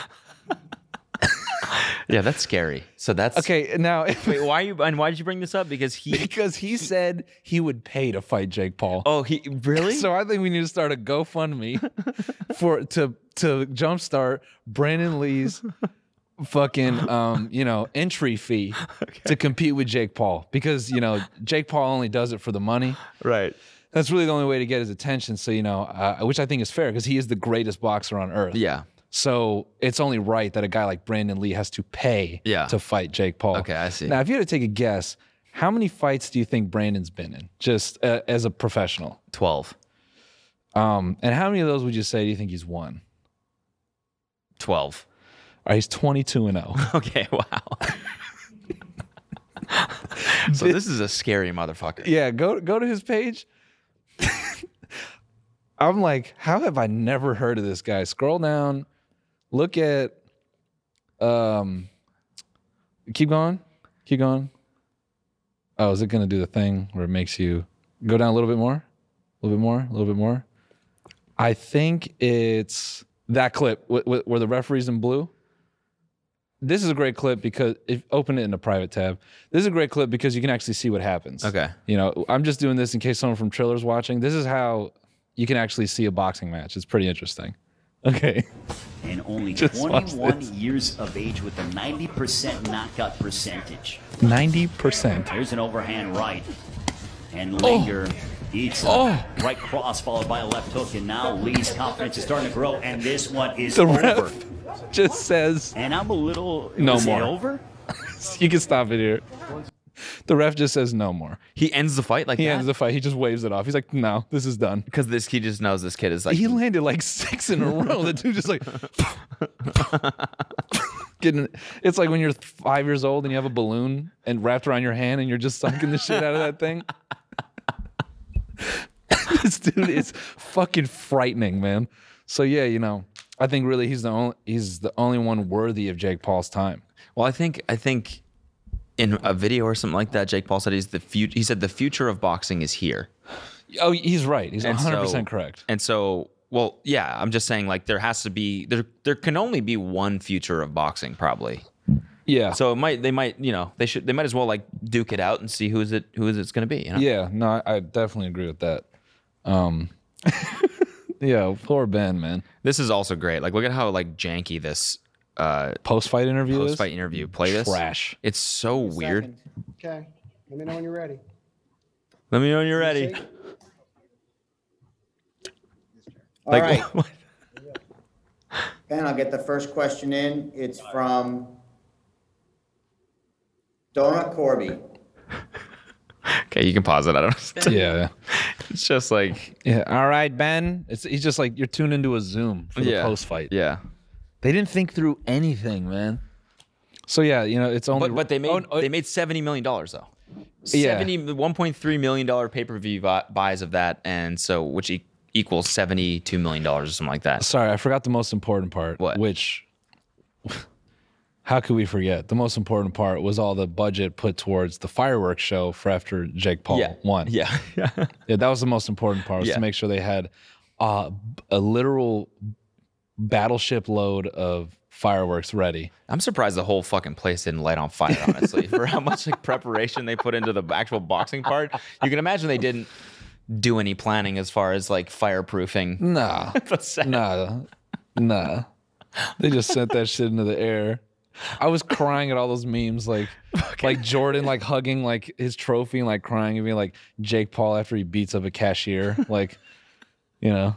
B: Yeah, that's scary. So that's
A: okay. Now, *laughs*
B: wait, why you and why did you bring this up? *laughs* Because he
A: because he said he would pay to fight Jake Paul.
B: Oh, he really?
A: so I think we need to start a GoFundMe for to to jumpstart Brandon Lee's fucking um you know entry fee to compete with Jake Paul because you know Jake Paul only does it for the money.
B: Right.
A: That's really the only way to get his attention. So you know, uh, which I think is fair because he is the greatest boxer on earth.
B: Yeah.
A: So it's only right that a guy like Brandon Lee has to pay
B: Yeah.
A: to fight Jake Paul.
B: Okay, I see.
A: Now, if you had to take a guess, how many fights do you think Brandon's been in just uh, as a professional?
B: 12.
A: Um, and how many of those would you say do you think he's won?
B: 12.
A: All right, he's 22 and oh. 0.
B: Okay, *laughs* wow. so this is a scary motherfucker.
A: *laughs* yeah, go go to his page. *laughs* I'm like, how have I never heard of this guy? Scroll down, look at um keep going. Keep going. Oh, is it gonna do the thing where it makes you go down a little bit more? A little bit more, a little bit more. I think it's that clip wh- wh- where the referee's in blue. This is a great clip because if open it in a private tab. This is a great clip because you can actually see what happens.
B: Okay.
A: You know, I'm just doing this in case someone from Triller's watching. This is how you can actually see a boxing match. It's pretty interesting. *laughs* Okay.
L: and only
A: Just watch
L: 21 years of age with a 90% knockout percentage.
A: 90%.
L: Here's an overhand right. And Linger eats
A: Oh.
L: a right cross followed by a left hook. And now Lee's confidence is starting to grow. And this one is
A: The ref
L: over.
A: just says.
L: And I'm a little.
A: No
L: is it
A: more.
L: over?
A: you can stop it here. The ref just says no more.
B: He ends the fight like
A: he
B: that?
A: ends the fight. He just waves it off. He's like, no, this is done.
B: Because this he just knows this kid is like
A: he landed like six
B: *laughs*
A: in a row. The dude just like *laughs* getting. It's like when you're five years old and you have a balloon and wrapped around your hand and you're just sucking the shit out of that thing. *laughs* this dude is fucking frightening, man. So yeah, you know, I think really he's the only he's the only one worthy of Jake Paul's time.
B: Well, I think I think in a video or something like that, Jake Paul said he's the future he said the future of boxing is here.
A: Oh, he's right. He's
B: And
A: 100 percent
B: so-
A: correct.
B: And so, well, yeah, I'm just saying like there has to be there there can only be one future of boxing probably.
A: Yeah.
B: So it might they might, you know, they should they might as well like duke it out and see who's it who is it's going to be, you know?
A: Yeah, no, I- I definitely agree with that. Um, *laughs* yeah, poor Ben, man.
B: This is also great. Like look at how like janky this uh
A: post fight interview is?
B: post fight interview play this. *laughs*
A: Trash.
B: It's so weird.
M: Okay. Let me know when you're ready.
B: Let me know when you're ready. *laughs*
N: All
B: Like,
N: right. Ben, I'll get the first question in. It's from Donna Corby.
B: *laughs* Okay, you can pause it. I don't.
A: yeah.
B: *laughs* It's just like
A: Yeah. All right, Ben. It's he's just like you're tuned into a Zoom for the
B: Yeah,
A: post fight.
B: Yeah.
A: They didn't think through anything, man. So yeah, you know, it's only Oh,
B: But, but they made they made seventy million dollars though.
A: Yeah.
B: Seventy one point three million dollar pay per view buys of that, and so which e- equals seventy two million dollars or something like that.
A: Sorry, I forgot the most important part. What? Which how could we forget? The most important part was all the budget put towards the fireworks show for after Jake Paul
B: Yeah.
A: won.
B: Yeah.
A: yeah, that was the most important part was
B: Yeah.
A: to make sure they had uh, a literal battleship load of fireworks ready.
B: I'm surprised the whole fucking place didn't light on fire, honestly, for how much like preparation they put into the actual boxing part. You can imagine they didn't do any planning as far as like fireproofing.
A: Nah. nah. Nah. They just sent that shit into the air. I was crying at all those memes, like like Jordan like hugging like his trophy and like crying and being like Jake Paul after he beats up a cashier. Like, you know.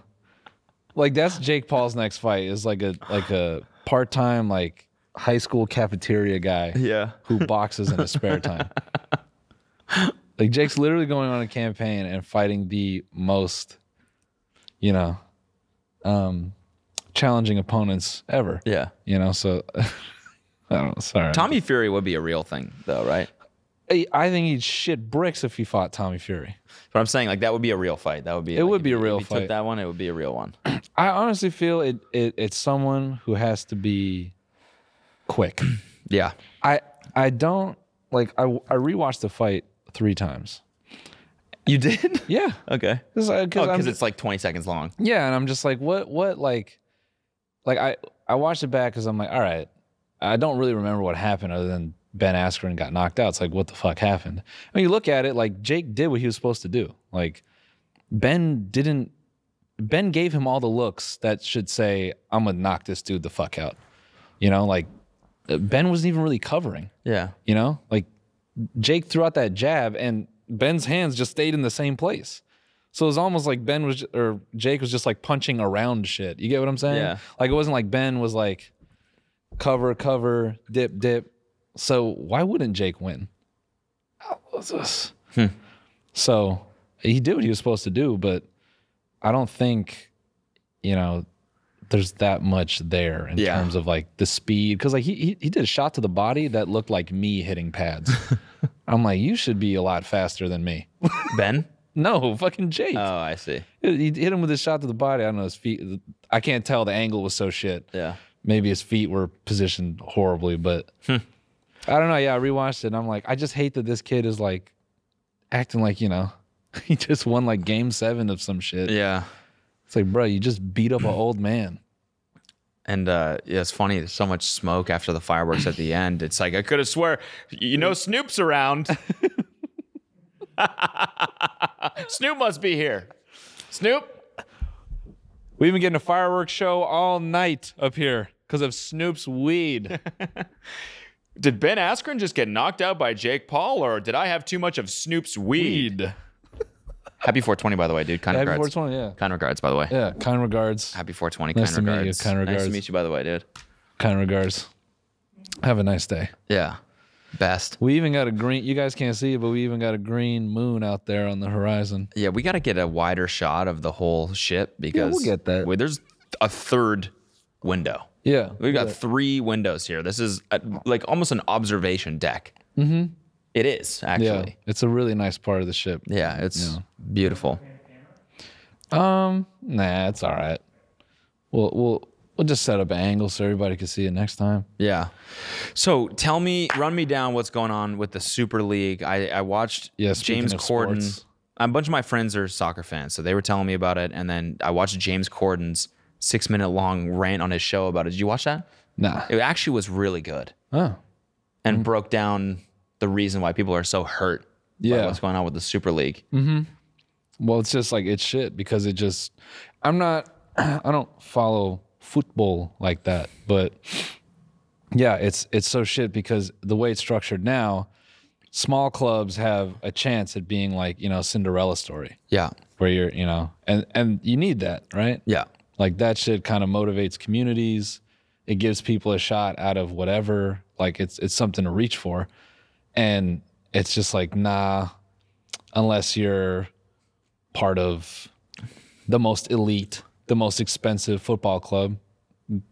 A: Like that's Jake Paul's next fight is like a like a part time like high school cafeteria guy
B: Yeah.
A: who boxes in his spare
B: *laughs*
A: time. Like Jake's literally going on a campaign and fighting the most you know, um, challenging opponents ever.
B: Yeah.
A: You know, so *laughs* I don't. Sorry.
B: Tommy Fury would be a real thing, though, right?
A: I I think he'd shit bricks if he fought Tommy Fury.
B: But I'm saying like that would be a real fight. That would be.
A: It
B: like,
A: would be
B: if
A: a
B: he-
A: real
B: if he Took
A: fight.
B: that one. It would be a real one.
A: I honestly feel it, it. It's someone who has to be quick. *clears throat*
B: Yeah.
A: I I don't like I I rewatched the fight three times.
B: You did?
A: Yeah.
B: *laughs*
A: uh,
B: Okay.
A: Because
B: oh, because it's like 20 seconds long.
A: Yeah, and I'm just like, what, what, like, like I, I watched it back because I'm like, all right, I don't really remember what happened other than Ben Askren got knocked out. It's like, what the fuck happened? When you look at it, like Jake did what he was supposed to do. Like Ben didn't. Ben gave him all the looks that should say, I'm gonna knock this dude the fuck out. You know, like Ben wasn't even really covering.
B: Yeah.
A: You know, like Jake threw out that jab and Ben's hands just stayed in the same place. So it was almost like Ben was or Jake was just like punching around shit. You get what I'm saying?
B: Yeah.
A: Like it wasn't like Ben was like cover, cover, dip, dip. So why wouldn't Jake win? How was this? So he did what he was supposed to do, but I don't think, you know, there's that much there in
B: Yeah.
A: terms of like the speed. Cause like he, he he did a shot to the body that looked like me hitting
B: *laughs*
A: pads. I'm like, you should be a lot faster than me.
B: Ben?
A: no, fucking Jake.
B: Oh, I see.
A: He hit him with a shot to the body. I don't know his feet. I can't tell. The angle was so shit.
B: Yeah.
A: Maybe his feet were positioned horribly, but I don't know. Yeah, I rewatched it. and I'm like, I just hate that this kid is like acting like you know *laughs* he just won like game seven of some shit.
B: Yeah.
A: It's like, bro, you just beat up an old man.
B: And uh, yeah, it's funny. There's so much smoke after the fireworks at the end. It's like I could have swear, you know, Snoop's around. *laughs* Snoop must be here. Snoop.
A: We've been getting a fireworks show all night up here because of Snoop's *laughs* weed.
B: Did Ben Askren just get knocked out by Jake Paul, or did I have too much of Snoop's weed? Happy 420, by the way, dude. Kind
A: Happy
B: regards.
A: 420, yeah.
B: Kind regards, by the way.
A: yeah, kind regards.
B: Happy 420.
A: Nice to
B: kind
A: meet you.
B: regards.
A: Kind
B: Nice to
A: regards.
B: meet you, by the way, dude.
A: Kind regards. Have a nice day.
B: Yeah. Best.
A: We even got a green. You guys can't see it, but we even got a green moon out there on the horizon.
B: Yeah, we got to get a wider shot of the whole ship because
A: get that.
B: Wait, there's a third window.
A: Yeah,
B: We've got
A: yeah.
B: three windows here. This is uh like almost an observation deck.
A: Mm-hmm.
B: It is
A: Yeah,
B: actually.
A: it's a really nice part of the ship.
B: Yeah, it's beautiful.
A: Um, nah, it's all right. We'll we'll we'll just set up an angle so everybody can see it next time.
B: Yeah. So tell me, run me down what's going on with the Super League. I, I watched
A: Yeah, speaking
B: James
A: of
B: Corden.
A: sports.
B: A bunch of my friends are soccer fans, so they were telling me about it. And then I watched James Corden's six minute long rant on his show about it. Did you watch that?
A: Nah.
B: It actually was really good
A: Oh,
B: and broke down the reason why people are so hurt by
A: Yeah.
B: what's going on with the Super League.
A: Mm-hmm. Well, it's just like it's shit because it just. I'm not. *clears throat* I don't follow football like that, but yeah, it's it's so shit because the way it's structured now, small clubs have a chance at being like you know Cinderella story.
B: Yeah.
A: where you're you know and and you need that right
B: yeah
A: like that shit kind of motivates communities it gives people a shot out of whatever like it's it's something to reach for and it's just like nah unless you're part of the most elite the most expensive football club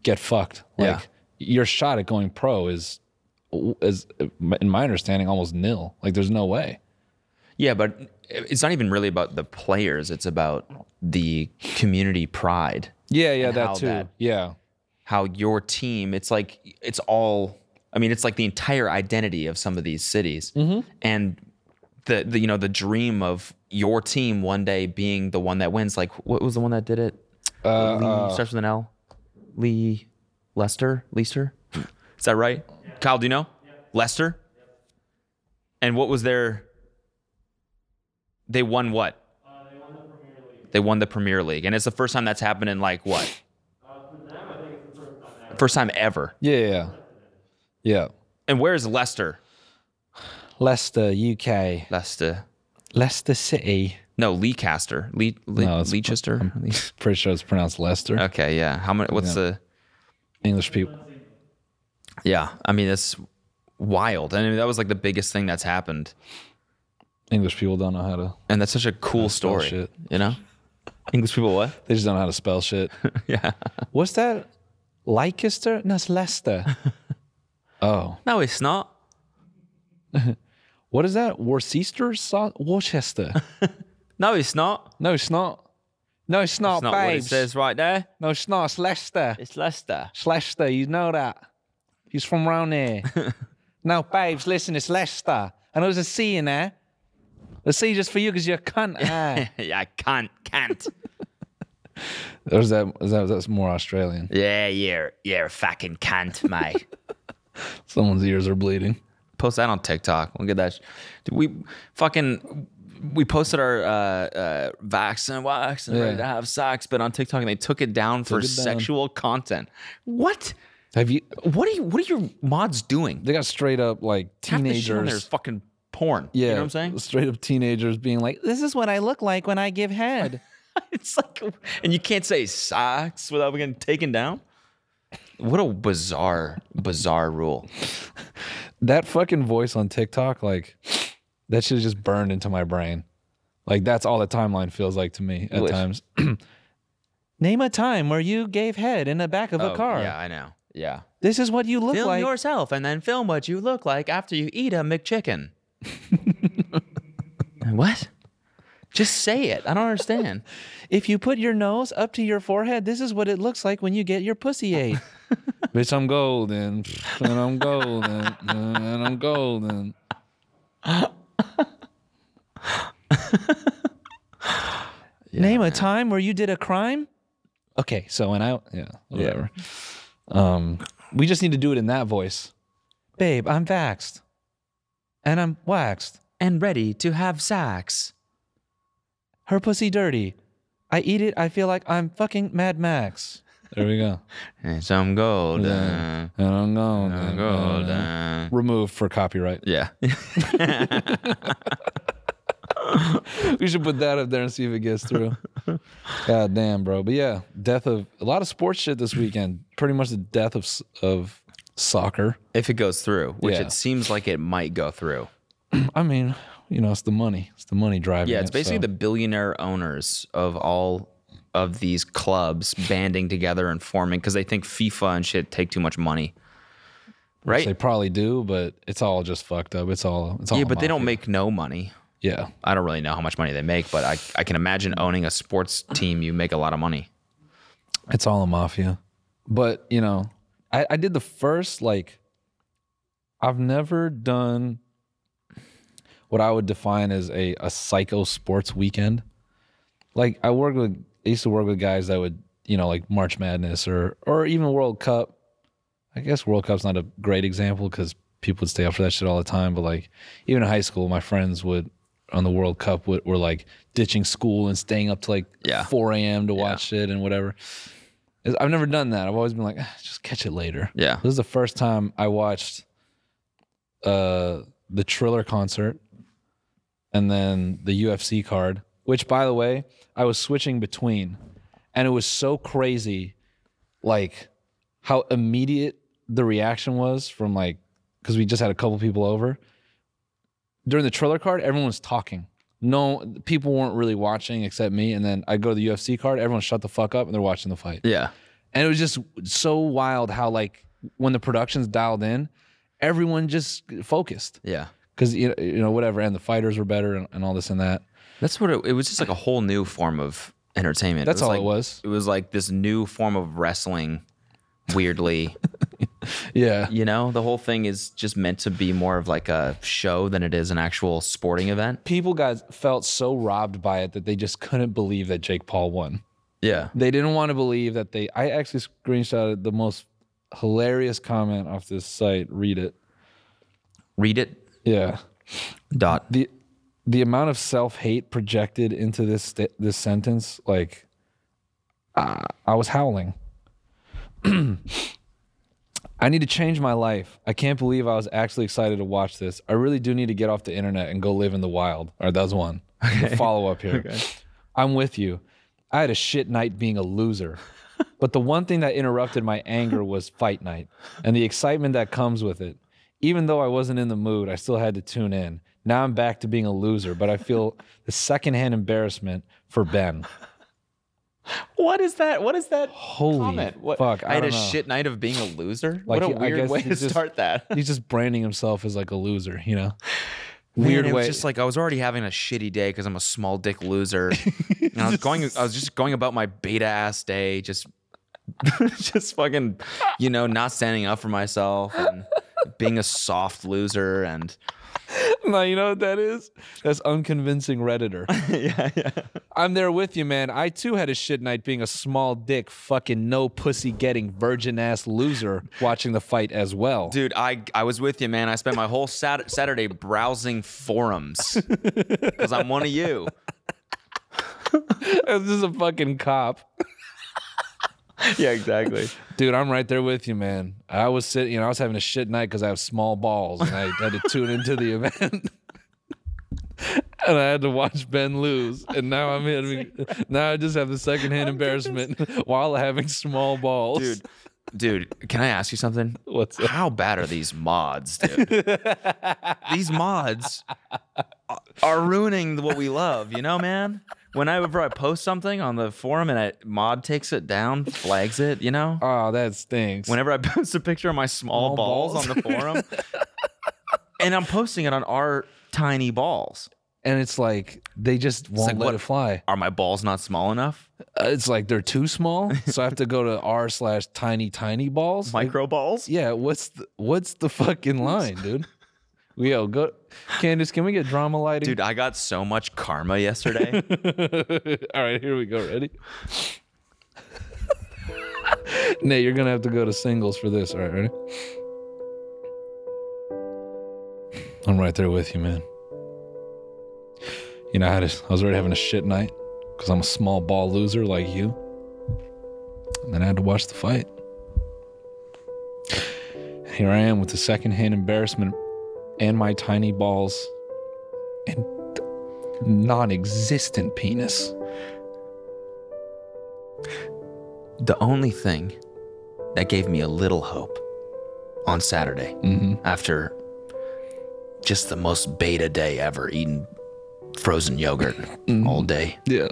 A: get fucked
B: Yeah.
A: like your shot at going pro is is in my understanding almost nil like there's no way
B: Yeah, but it's not even really about the players, it's about the community pride.
A: yeah yeah
B: and
A: that
B: how
A: too yeah
B: how your team it's like it's all i mean it's like the entire identity of some of these cities
A: Mhm.
B: and the, the you know the dream of your team one day being the one that wins like what was the one that did it
A: Uh,
B: lee,
A: uh,
B: starts with an l lee lester lester is that right kyle do you know lester and what was their they Uh, won what they won the premier league and it's the first time that's happened in like what First time ever.
A: Yeah, yeah, yeah.
B: And where's Leicester?
A: Leicester, UK.
B: Leicester.
A: Leicester City.
B: No, Leicester. Le- Le-
A: No, it's-
B: Leicester.
A: I'm *laughs* pretty sure it's pronounced Leicester.
B: Okay, yeah. How many? What's
A: Yeah.
B: the?
A: English people.
B: Yeah, I mean that's wild. I mean that was like the biggest thing that's happened,
A: English people don't know how to.
B: and that's such a cool
A: spell
B: story.
A: shit.
B: You know, English people what?
A: They just don't know how to spell shit.
B: *laughs* yeah.
A: What's that? Leicester? No, it's
B: *laughs*
A: Leicester. oh.
B: No, it's not.
A: What is that? Worcester? sau-
B: *laughs*
A: Worcester.
B: no, it's not.
A: No, it's not. No, it's not,
B: That's not what it
A: babes.
B: says right there.
A: No, it's not. It's Leicester.
B: It's Leicester. *laughs*
A: It's Leicester. You know that. He's from round here. no, babes, listen, it's Leicester. And there's a C in there. A C just for you because you're a cunt. Ah.
B: *laughs* yeah, can't, can't.
A: Or is that, is that that's more Australian?
B: *laughs* yeah, you're you're a fucking cunt, mate.
A: Someone's ears are bleeding.
B: Post that on TikTok. We'll get that. sh- Dude, we fucking we posted our uh, uh, vax and wax and ready
A: Yeah.
B: to have sex, but on TikTok and they took it down for
A: it down.
B: sexual content. What?
A: Have you?
B: What are you? What are your mods doing?
A: They got straight up like
B: Half the shit on there
A: teenagers.
B: is fucking porn.
A: yeah,
B: you know what I'm saying?
A: Straight up teenagers being like, "This is what I look like when I give head."
B: *laughs* it's like, and you can't say socks without getting taken down. What a bizarre, bizarre rule.
A: that fucking voice on TikTok, like that shit just burned into my brain. Like that's all the timeline feels like to me at
B: Wish.
A: times. Name a time where you gave head in the back of a
B: Oh,
A: car.
B: Yeah, I know. Yeah.
A: This is what you look
B: film
A: like.
B: yourself and then film what you look like after you eat a McChicken. *laughs* what? Just say it. I don't understand.
A: if you put your nose up to your forehead, this is what it looks like when you get your pussy
B: *laughs*
A: ate. Bitch, I'm golden. *laughs* And I'm golden. And I'm golden. Name a time where you did a crime. Okay, so when I yeah, whatever. Um we just need to do it in that voice. Babe, I'm vaxxed. And I'm waxed.
B: and ready to have sex.
A: Her pussy dirty. I eat it, I feel like I'm fucking Mad Max. There we go.
B: And some gold.
A: Yeah.
B: Yeah.
A: And I'm golden.
B: Some gold. uh,
A: Removed for copyright.
B: yeah.
A: we should put that up there and see if it gets
B: *laughs*
A: through. God damn, bro. But yeah, death of a lot of sports shit this weekend. Pretty much the death of s- of soccer.
B: *laughs* if it goes through, which
A: Yeah.
B: it seems like it might go through.
A: I mean, you know, it's the money. It's the money driving.
B: Yeah, it's
A: it,
B: basically
A: so.
B: the billionaire owners of all of these clubs banding together and forming because they think FIFA and shit take too much money.
A: which
B: right?
A: They probably do, but it's all just fucked up. It's all it's all
B: yeah, but they don't
A: mafia.
B: make no money.
A: Yeah.
B: I don't really know how much money they make, but I, I can imagine owning a sports team, you make a lot of money.
A: It's all a mafia. But, you know, I, I did the first, like, I've never done what I would define as a, a psycho sports weekend. Like, I work with, I used to work with guys that would, you know, like March Madness or, or even World Cup. I guess World Cup's not a great example because people would stay up for that shit all the time. But, like, even in high school, my friends would, on the World Cup, would, were like ditching school and staying up to like
B: Yeah.
A: 4 a.m. to watch it and whatever. Is- I've never done that. I've always been like, "Ah, just catch it later.
B: Yeah.
A: This is the first time I watched uh, the Triller concert and then the UFC card, which, by the way, I was switching between. And it was so crazy, like how immediate the reaction was from like, because we just had a couple people over. During the Triller card, everyone was talking. No, people weren't really watching except me. And then I go to the UFC card, everyone shut the fuck up and they're watching the fight.
B: Yeah.
A: And it was just so wild how like when the production's dialed in, everyone just focused
B: Yeah.
A: because you know, you know whatever, and the fighters were better and, and all this and that.
B: That's what it, it was just like a whole new form of entertainment.
A: That's all
B: like,
A: it was.
B: It was like this new form of wrestling, weirdly. *laughs*
A: Yeah,
B: you know, the whole thing is just meant to be more of like a show than it is an actual sporting event.
A: people got felt so robbed by it that they just couldn't believe that Jake Paul won.
B: Yeah.
A: They didn't want to believe that they. I actually screenshotted the most hilarious comment off this site. Read it.
B: Read it.
A: Yeah.
B: Dot.
A: the the amount of self hate projected into this st- this sentence, like uh, I was howling. *clears throat* I need to change my life. I can't believe I was actually excited to watch this. I really do need to get off the internet and go live in the wild. All right, that was one. *laughs* Follow up here. I'm with you. I had a shit night being a loser. But the one thing that interrupted my anger was fight night and the excitement that comes with it. Even though I wasn't in the mood, I still had to tune in. *laughs* Now I'm back to being a loser, but I feel the secondhand embarrassment for Ben.
B: What is that? What is that
A: Holy
B: comment? What,
A: fuck! I,
B: I, had a
A: don't know.
B: shit night of being a loser.
A: Like,
B: what a
A: he- I
B: weird
A: guess
B: way to
A: he's just-
B: start that.
A: He's just branding himself as like a loser, you know.
B: Man,
A: Weird
B: it
A: way.
B: Was just like I was already having a shitty day because I'm a small dick *laughs* loser. and I was going. I was just going about my beta ass day, just, *laughs* just fucking, you know, not standing up for myself and being a soft loser and.
A: *laughs* no, you know what that is? That's unconvincing redditor. *laughs* yeah, yeah. I'm there with you, man. I too had a shit night being a small dick, fucking no pussy getting virgin ass loser watching the fight as well.
B: Dude, I I was with you, man. I spent my whole Sat- Saturday browsing forums because I'm one of you.
A: *laughs* this is a fucking cop.
B: *laughs* yeah, exactly.
A: Dude, I'm right there with you, man. I was sitting, you know, I was having a shit night because I have small balls and I had to tune into the event. *laughs* and I had to watch Ben lose. And now
B: *laughs*
A: I'm having, now I just have the secondhand embarrassment *laughs* while having small balls.
B: Dude, dude, can I ask you something?
A: What's
B: how bad are these mods, *laughs* dude? these mods a- are ruining what we love, you know, man. Whenever I post something on the forum and a mod takes it down, flags it, you know.
A: Oh, that stinks.
B: Whenever I *laughs* post a picture of my small,
A: Small
B: balls,
A: balls?
B: on the forum, and I'm posting it on our tiny balls,
A: and it's like they just won't
B: like,
A: let
B: what-
A: it fly.
B: are my balls not small enough?
A: Uh, It's like they're too small, so I have to go
B: *laughs*
A: to r slash tiny tiny balls,
B: micro balls.
A: Yeah, what's the, what's the
B: *laughs*
A: fucking line, dude? Yo, go, Candace. Can we get drama lighting?
B: Dude, I got so much karma yesterday.
A: *laughs* All right, here we go. Ready? Nate, you're gonna have to go to singles for this. All right, ready? I'm right there with you, man. You know, I, had a, I was already having a shit night because I'm a small ball loser like you. And then I had to watch the fight. Here I am with the secondhand embarrassment and my tiny balls and non existent penis.
B: the only thing that gave me a little hope on Saturday after just the most beta day ever eating frozen yogurt all day.
A: Yeah.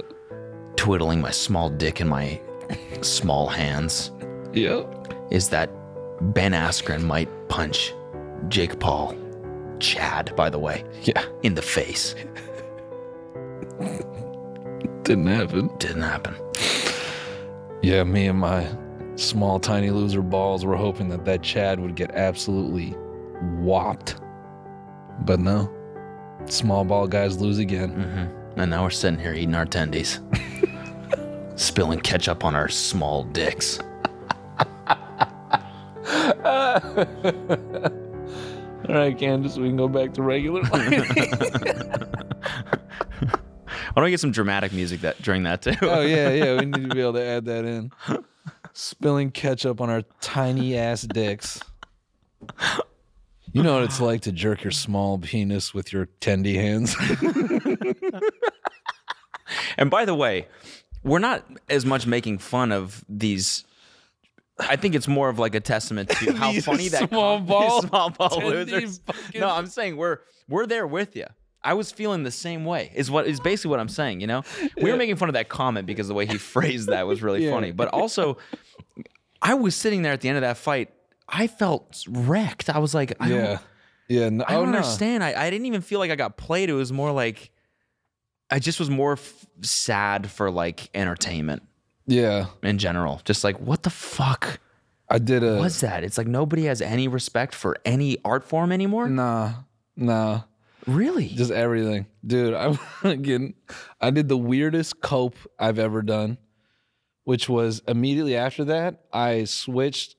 B: Twiddling my small dick in my small hands.
A: Yeah.
B: Is that Ben Askren might punch Jake Paul, Chad, by the way.
A: Yeah.
B: In the face.
A: Didn't happen.
B: Didn't happen.
A: Yeah, me and my small, tiny loser balls were hoping that that Chad would get absolutely whopped. But no, small ball guys lose again.
B: Mm-hmm. And now we're sitting here eating our tendies, *laughs* spilling ketchup on our small dicks. Mm.
A: All right, Candace, we can go back to *laughs* regular
B: Why don't we get some dramatic music that during that too?
A: oh, yeah, yeah. We need to be able to add that in. Spilling ketchup on our tiny ass dicks. You know what it's like to jerk your small penis with your tendy hands? *laughs*
B: And by the way, we're not as much making fun of these. I think it's more of like a
A: *laughs*
B: testament to how
A: These
B: funny that
A: small
B: com- *laughs*
A: ball-
B: these small ball
A: Tendy
B: losers. No, I'm saying we're we're there with you. I was feeling the same way. Is what is basically what I'm saying. You know, we were making fun of that comment because the way he phrased that was
A: *laughs*
B: really
A: Yeah.
B: funny. But also, I was sitting there at the end of that fight. I felt wrecked. I was like, I don't-
A: yeah. Yeah. No,
B: I don't
A: oh, no.
B: understand. I, I didn't even feel like I got played. It was more like I just was more f- sad for like entertainment
A: Yeah.
B: in general. Just like what the fuck
A: I did a.
B: was that? It's like nobody has any respect for any art form anymore.
A: Nah, nah.
B: Really?
A: Just everything. Dude, *laughs* I'm again, I did the weirdest cope I've ever done, which was immediately after that, I switched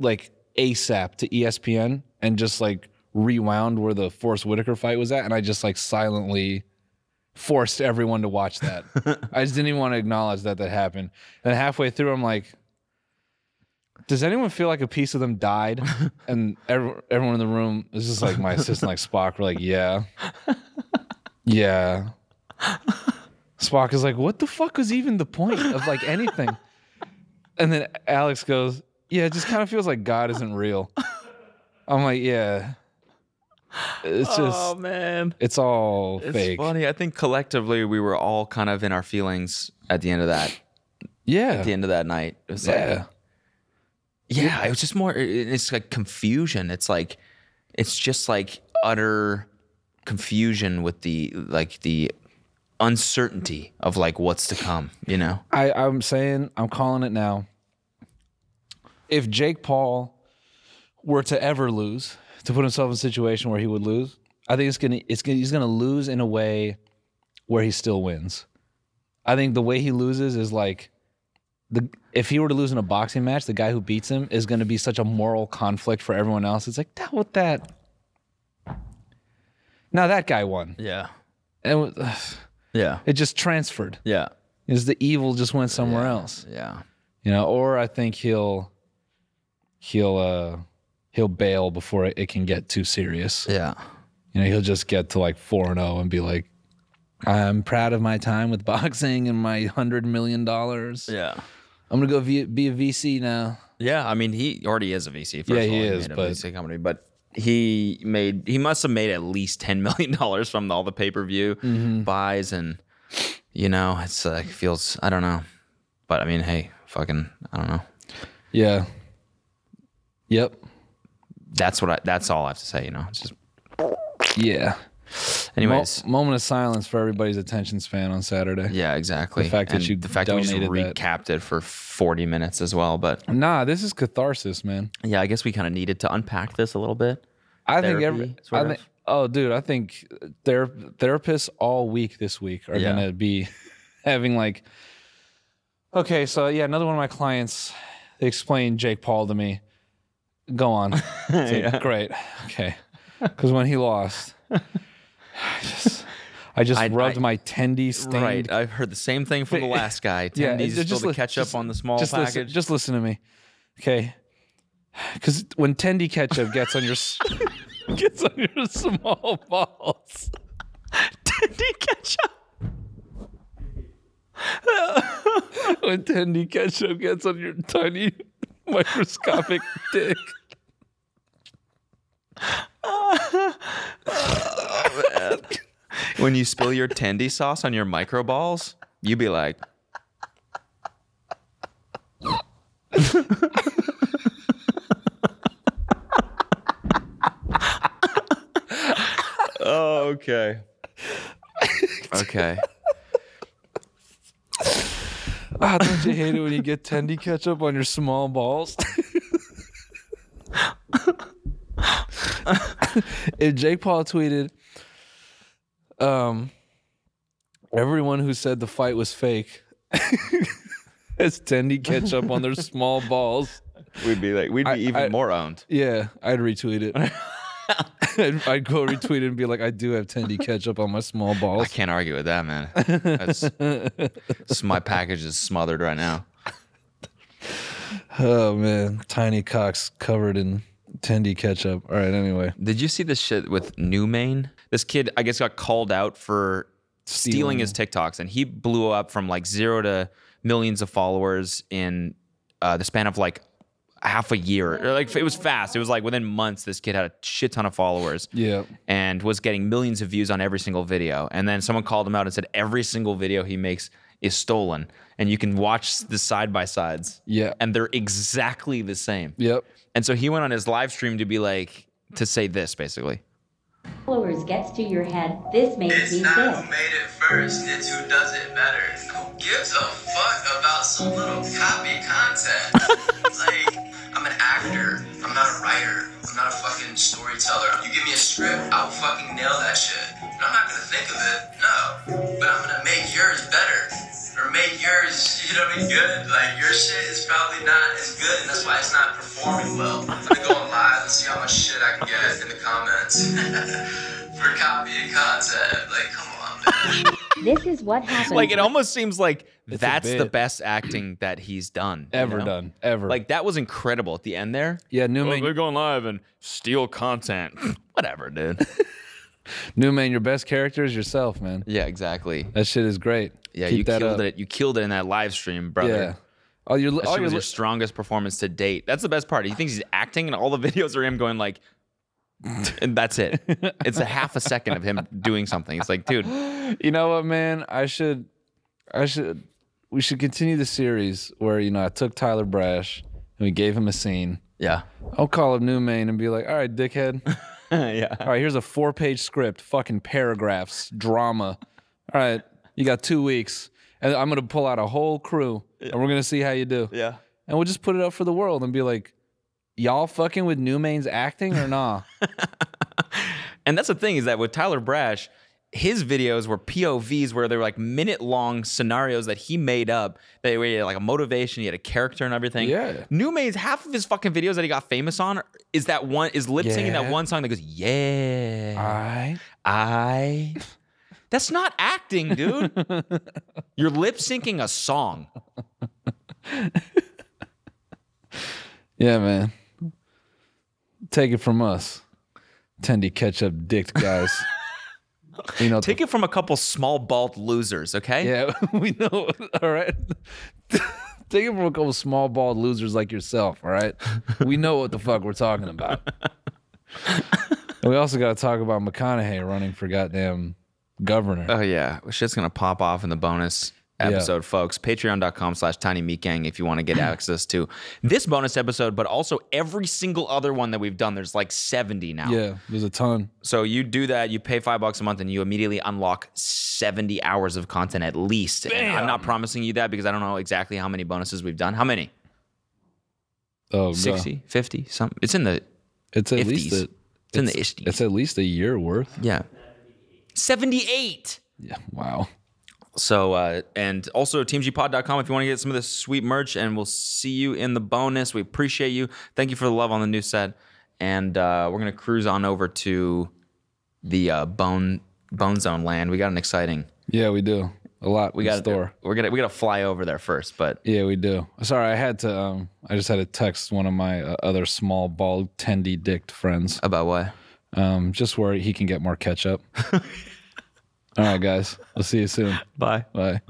A: like ASAP to E ESPN and just like rewound where the Forrest Whitaker fight was at. And I just like silently forced everyone to watch that. I just didn't even want to acknowledge that that happened. And halfway through, I'm like, does anyone feel like a piece of them died? And every, everyone in the room is just like my assistant, like Spock. We're like, yeah, yeah. Spock is like, what the fuck was even the point of like anything? And then Alex goes, yeah, it just kind of feels like God isn't real. I'm like, yeah. It's just,
B: oh man,
A: it's all
B: it's
A: fake.
B: funny. I think collectively we were all kind of in our feelings at the end of that
A: Yeah.
B: At the end of that night, it was
A: Yeah.
B: like, yeah, it was just more. it- It's like confusion. It's like, it's just like utter confusion with the like the uncertainty of like what's to come. You know,
A: I, I'm saying, I'm calling it now. If Jake Paul were to ever lose, to put himself in a situation where he would lose, I think it's gonna, it's gonna, he's gonna lose in a way where he still wins. I think the way he loses is like, the if he were to lose in a boxing match, the guy who beats him is gonna be such a moral conflict for everyone else. It's like, dealt with that. Now that guy won.
B: Yeah.
A: And ugh,
B: *laughs* Yeah.
A: *sighs* it just transferred.
B: Yeah.
A: Is the evil just went somewhere else?
B: Yeah.
A: You know, or I think he'll he'll uh he'll bail before it, it can get too serious.
B: Yeah.
A: You know, he'll just get to like 4 and 0 and be like I'm proud of my time with *laughs* boxing and my 100 million dollars.
B: Yeah.
A: I'm going to go v- be a VC now.
B: Yeah, I mean, he already is a VC. First
A: Yeah,
B: of all.
A: he is,
B: made a
A: but-
B: VC company, but he made he must have made at least ten million *laughs* dollars from all the pay per view
A: Mhm.
B: buys, and you know, it's like feels I don't know, but I mean, hey, fucking, I don't know.
A: Yeah. Yep.
B: That's what I. That's all I have to say. You know, it's just
A: Yeah.
B: Anyways.
A: Mo- moment of silence for everybody's attention span on Saturday.
B: yeah, exactly.
A: The fact
B: And
A: that you
B: the fact that we just
A: donated that.
B: recapped it for forty minutes as well, but
A: Nah, this is catharsis, man.
B: yeah, I guess we kind of needed to unpack this a little bit.
A: I think
B: Therapy,
A: every.
B: sort
A: I think,
B: of.
A: oh, dude, I think ther- therapists all week this week are
B: Yeah.
A: gonna be *laughs* having like. Okay, so yeah, another one of my clients they explained Jake Paul to me. Go *laughs* on. It's like,
B: Yeah.
A: Great. Okay. Because when he lost, *sighs* I just, I just
B: I-
A: rubbed
B: I-
A: my tendy stained.
B: Right, I've heard the same thing from the last guy.
A: *laughs* Yeah,
B: Tendies
A: just-
B: spilled the
A: li-
B: ketchup
A: just-
B: on the small
A: just
B: package.
A: Listen, *laughs* just listen to me, okay? Because when Tendy ketchup gets on your s-
B: *laughs*
A: gets on your small balls, Tendy ketchup. when Tendy ketchup gets on your tiny microscopic *laughs* dick.
B: when you spill your tandy sauce on your micro balls, you be like, *laughs* oh, okay. Okay.
A: Ah, don't you hate it when you get Tendy ketchup on your small balls? if Jake Paul tweeted, um, everyone who said the fight was fake *laughs* has Tendy ketchup on their small balls.
B: We'd be like, we'd be
A: I-
B: even
A: I-
B: more owned.
A: Yeah, I'd retweet it. I'd, I'd go retweet it and be like, I do have Tendy ketchup on my small balls.
B: I can't argue with that, man.
A: *laughs*
B: That's, s- my package is smothered right now.
A: Oh man, tiny cocks covered in Tendy ketchup. All right, anyway.
B: Did you see this shit with New Main? This kid, I guess, got called out for stealing,
A: Stealing.
B: his TikToks, and he blew up from like zero to millions of followers in uh, the span of like half a year. Or, Like it was fast. It was like within months, this kid had a shit ton of followers
A: Yeah.
B: and was getting millions of views on every single video. And then someone called him out and said every single video he makes is stolen, and you can watch the side by sides.
A: Yeah.
B: and they're exactly the same.
A: Yep.
B: And so he went on his live stream to be like, to say this basically.
O: followers gets to your head, this makes me sick.
P: first, it's who does it better. Who gives a fuck about some little copy content? like, I'm an actor. I'm not a writer. I'm not a fucking storyteller. You give me a script, I will fucking nail that shit. And I'm not gonna think of it, no. But I'm gonna make yours better. Or make yours, *laughs* you know what I mean, good. Like, your shit is probably not as good, and that's why it's not performing well. I'm gonna go on live and see how much shit I can get in the comments for copying content. Like, come on,
O: This is what happens.
B: Like it almost seems like
A: It's a
B: that's the
A: bit.
B: best acting that he's done you
A: Ever
B: know?
A: done, ever.
B: Like that was incredible at the end there.
A: Yeah, Newman-
B: they're going live and steal content. *laughs* Whatever, dude.
A: New man, your best character is yourself, man.
B: *laughs* Yeah, exactly.
A: That shit is great.
B: Yeah,
A: Keep
B: you
A: that up.
B: killed it. You killed it in that live stream, brother.
A: Yeah. All your,
B: That
A: all
B: shit
A: your,
B: was your strongest performance to date. That's the best part. He thinks he's acting, and all the *laughs* videos are him going
A: *laughs*
B: like, and that's it. It's a half a second of him doing something. It's like, dude,
A: you know what, man? I should, I should, we should continue the series where you know I took Tyler Brash and we gave him a scene.
B: Yeah.
A: I'll call up New Main and be like, "All right, dickhead.
B: *laughs* yeah. All
A: right, here's a four-page script, fucking paragraphs, drama. All right, you got two weeks, and I'm gonna pull out a whole crew, and we're gonna see how you do.
B: Yeah.
A: And we'll just put it up for the world and be like, y'all fucking with New Main's acting or
B: *laughs*
A: nah?
B: And that's the thing is that with Tyler Brash, his videos were POVs where they were like minute long scenarios that he made up. They were like a motivation, he had a character and everything.
A: Yeah.
B: New Main's half of his fucking videos that he got famous on is that one is lip syncing
A: Yeah. Ah."
B: that one song that goes, Yeah.
A: I
B: I That's not
A: *laughs*
B: acting, dude. You're lip syncing a song.
A: Yeah, man. Take it from us, Tendy ketchup dicked
B: *laughs*
A: guys. you know,
B: Take it from a couple small bald losers, okay?
A: Yeah, *laughs* we know. All right. *laughs* Take it from a couple small bald losers like yourself. All right. We know what the fuck we're talking about. and we also got to talk about McConaughey running for goddamn governor.
B: Oh yeah, shit's gonna pop off in the bonus episode, folks. Patreon.com slash Tiny Meat Gang if you want
A: *clears throat*
B: to get access to this bonus episode, but also every single other one that we've done. There's like 70 now.
A: Yeah, there's a ton.
B: So you do that, you pay five bucks a month, and you immediately unlock 70 hours of content at least. And I'm not promising you that because I don't know exactly how many bonuses we've done. How many?
A: Oh,
B: 60, 50, something. It's in the
A: It's at least
B: 50s.
A: a,
B: It's in the
A: it's, it's at least a year worth.
B: Yeah. 78.
A: Yeah. Wow.
B: So, uh, and also teamgpod.com if you want to get some of this sweet merch, and we'll see you in the bonus. We appreciate you. Thank you for the love on the new set. And uh, we're going to cruise on over to the uh, Bone Bone Zone land. We got an exciting.
A: Yeah, we do a lot.
B: We
A: in
B: got
A: store.
B: We're gonna we gotta fly over there first, but
A: Yeah, we do. Sorry, I had to. Um, I just had to text one of my uh, other small, bald, tendy dicked friends
B: about what?
A: Um, just where he can get more ketchup. All right, guys. We'll see you soon.
B: Bye.
A: Bye.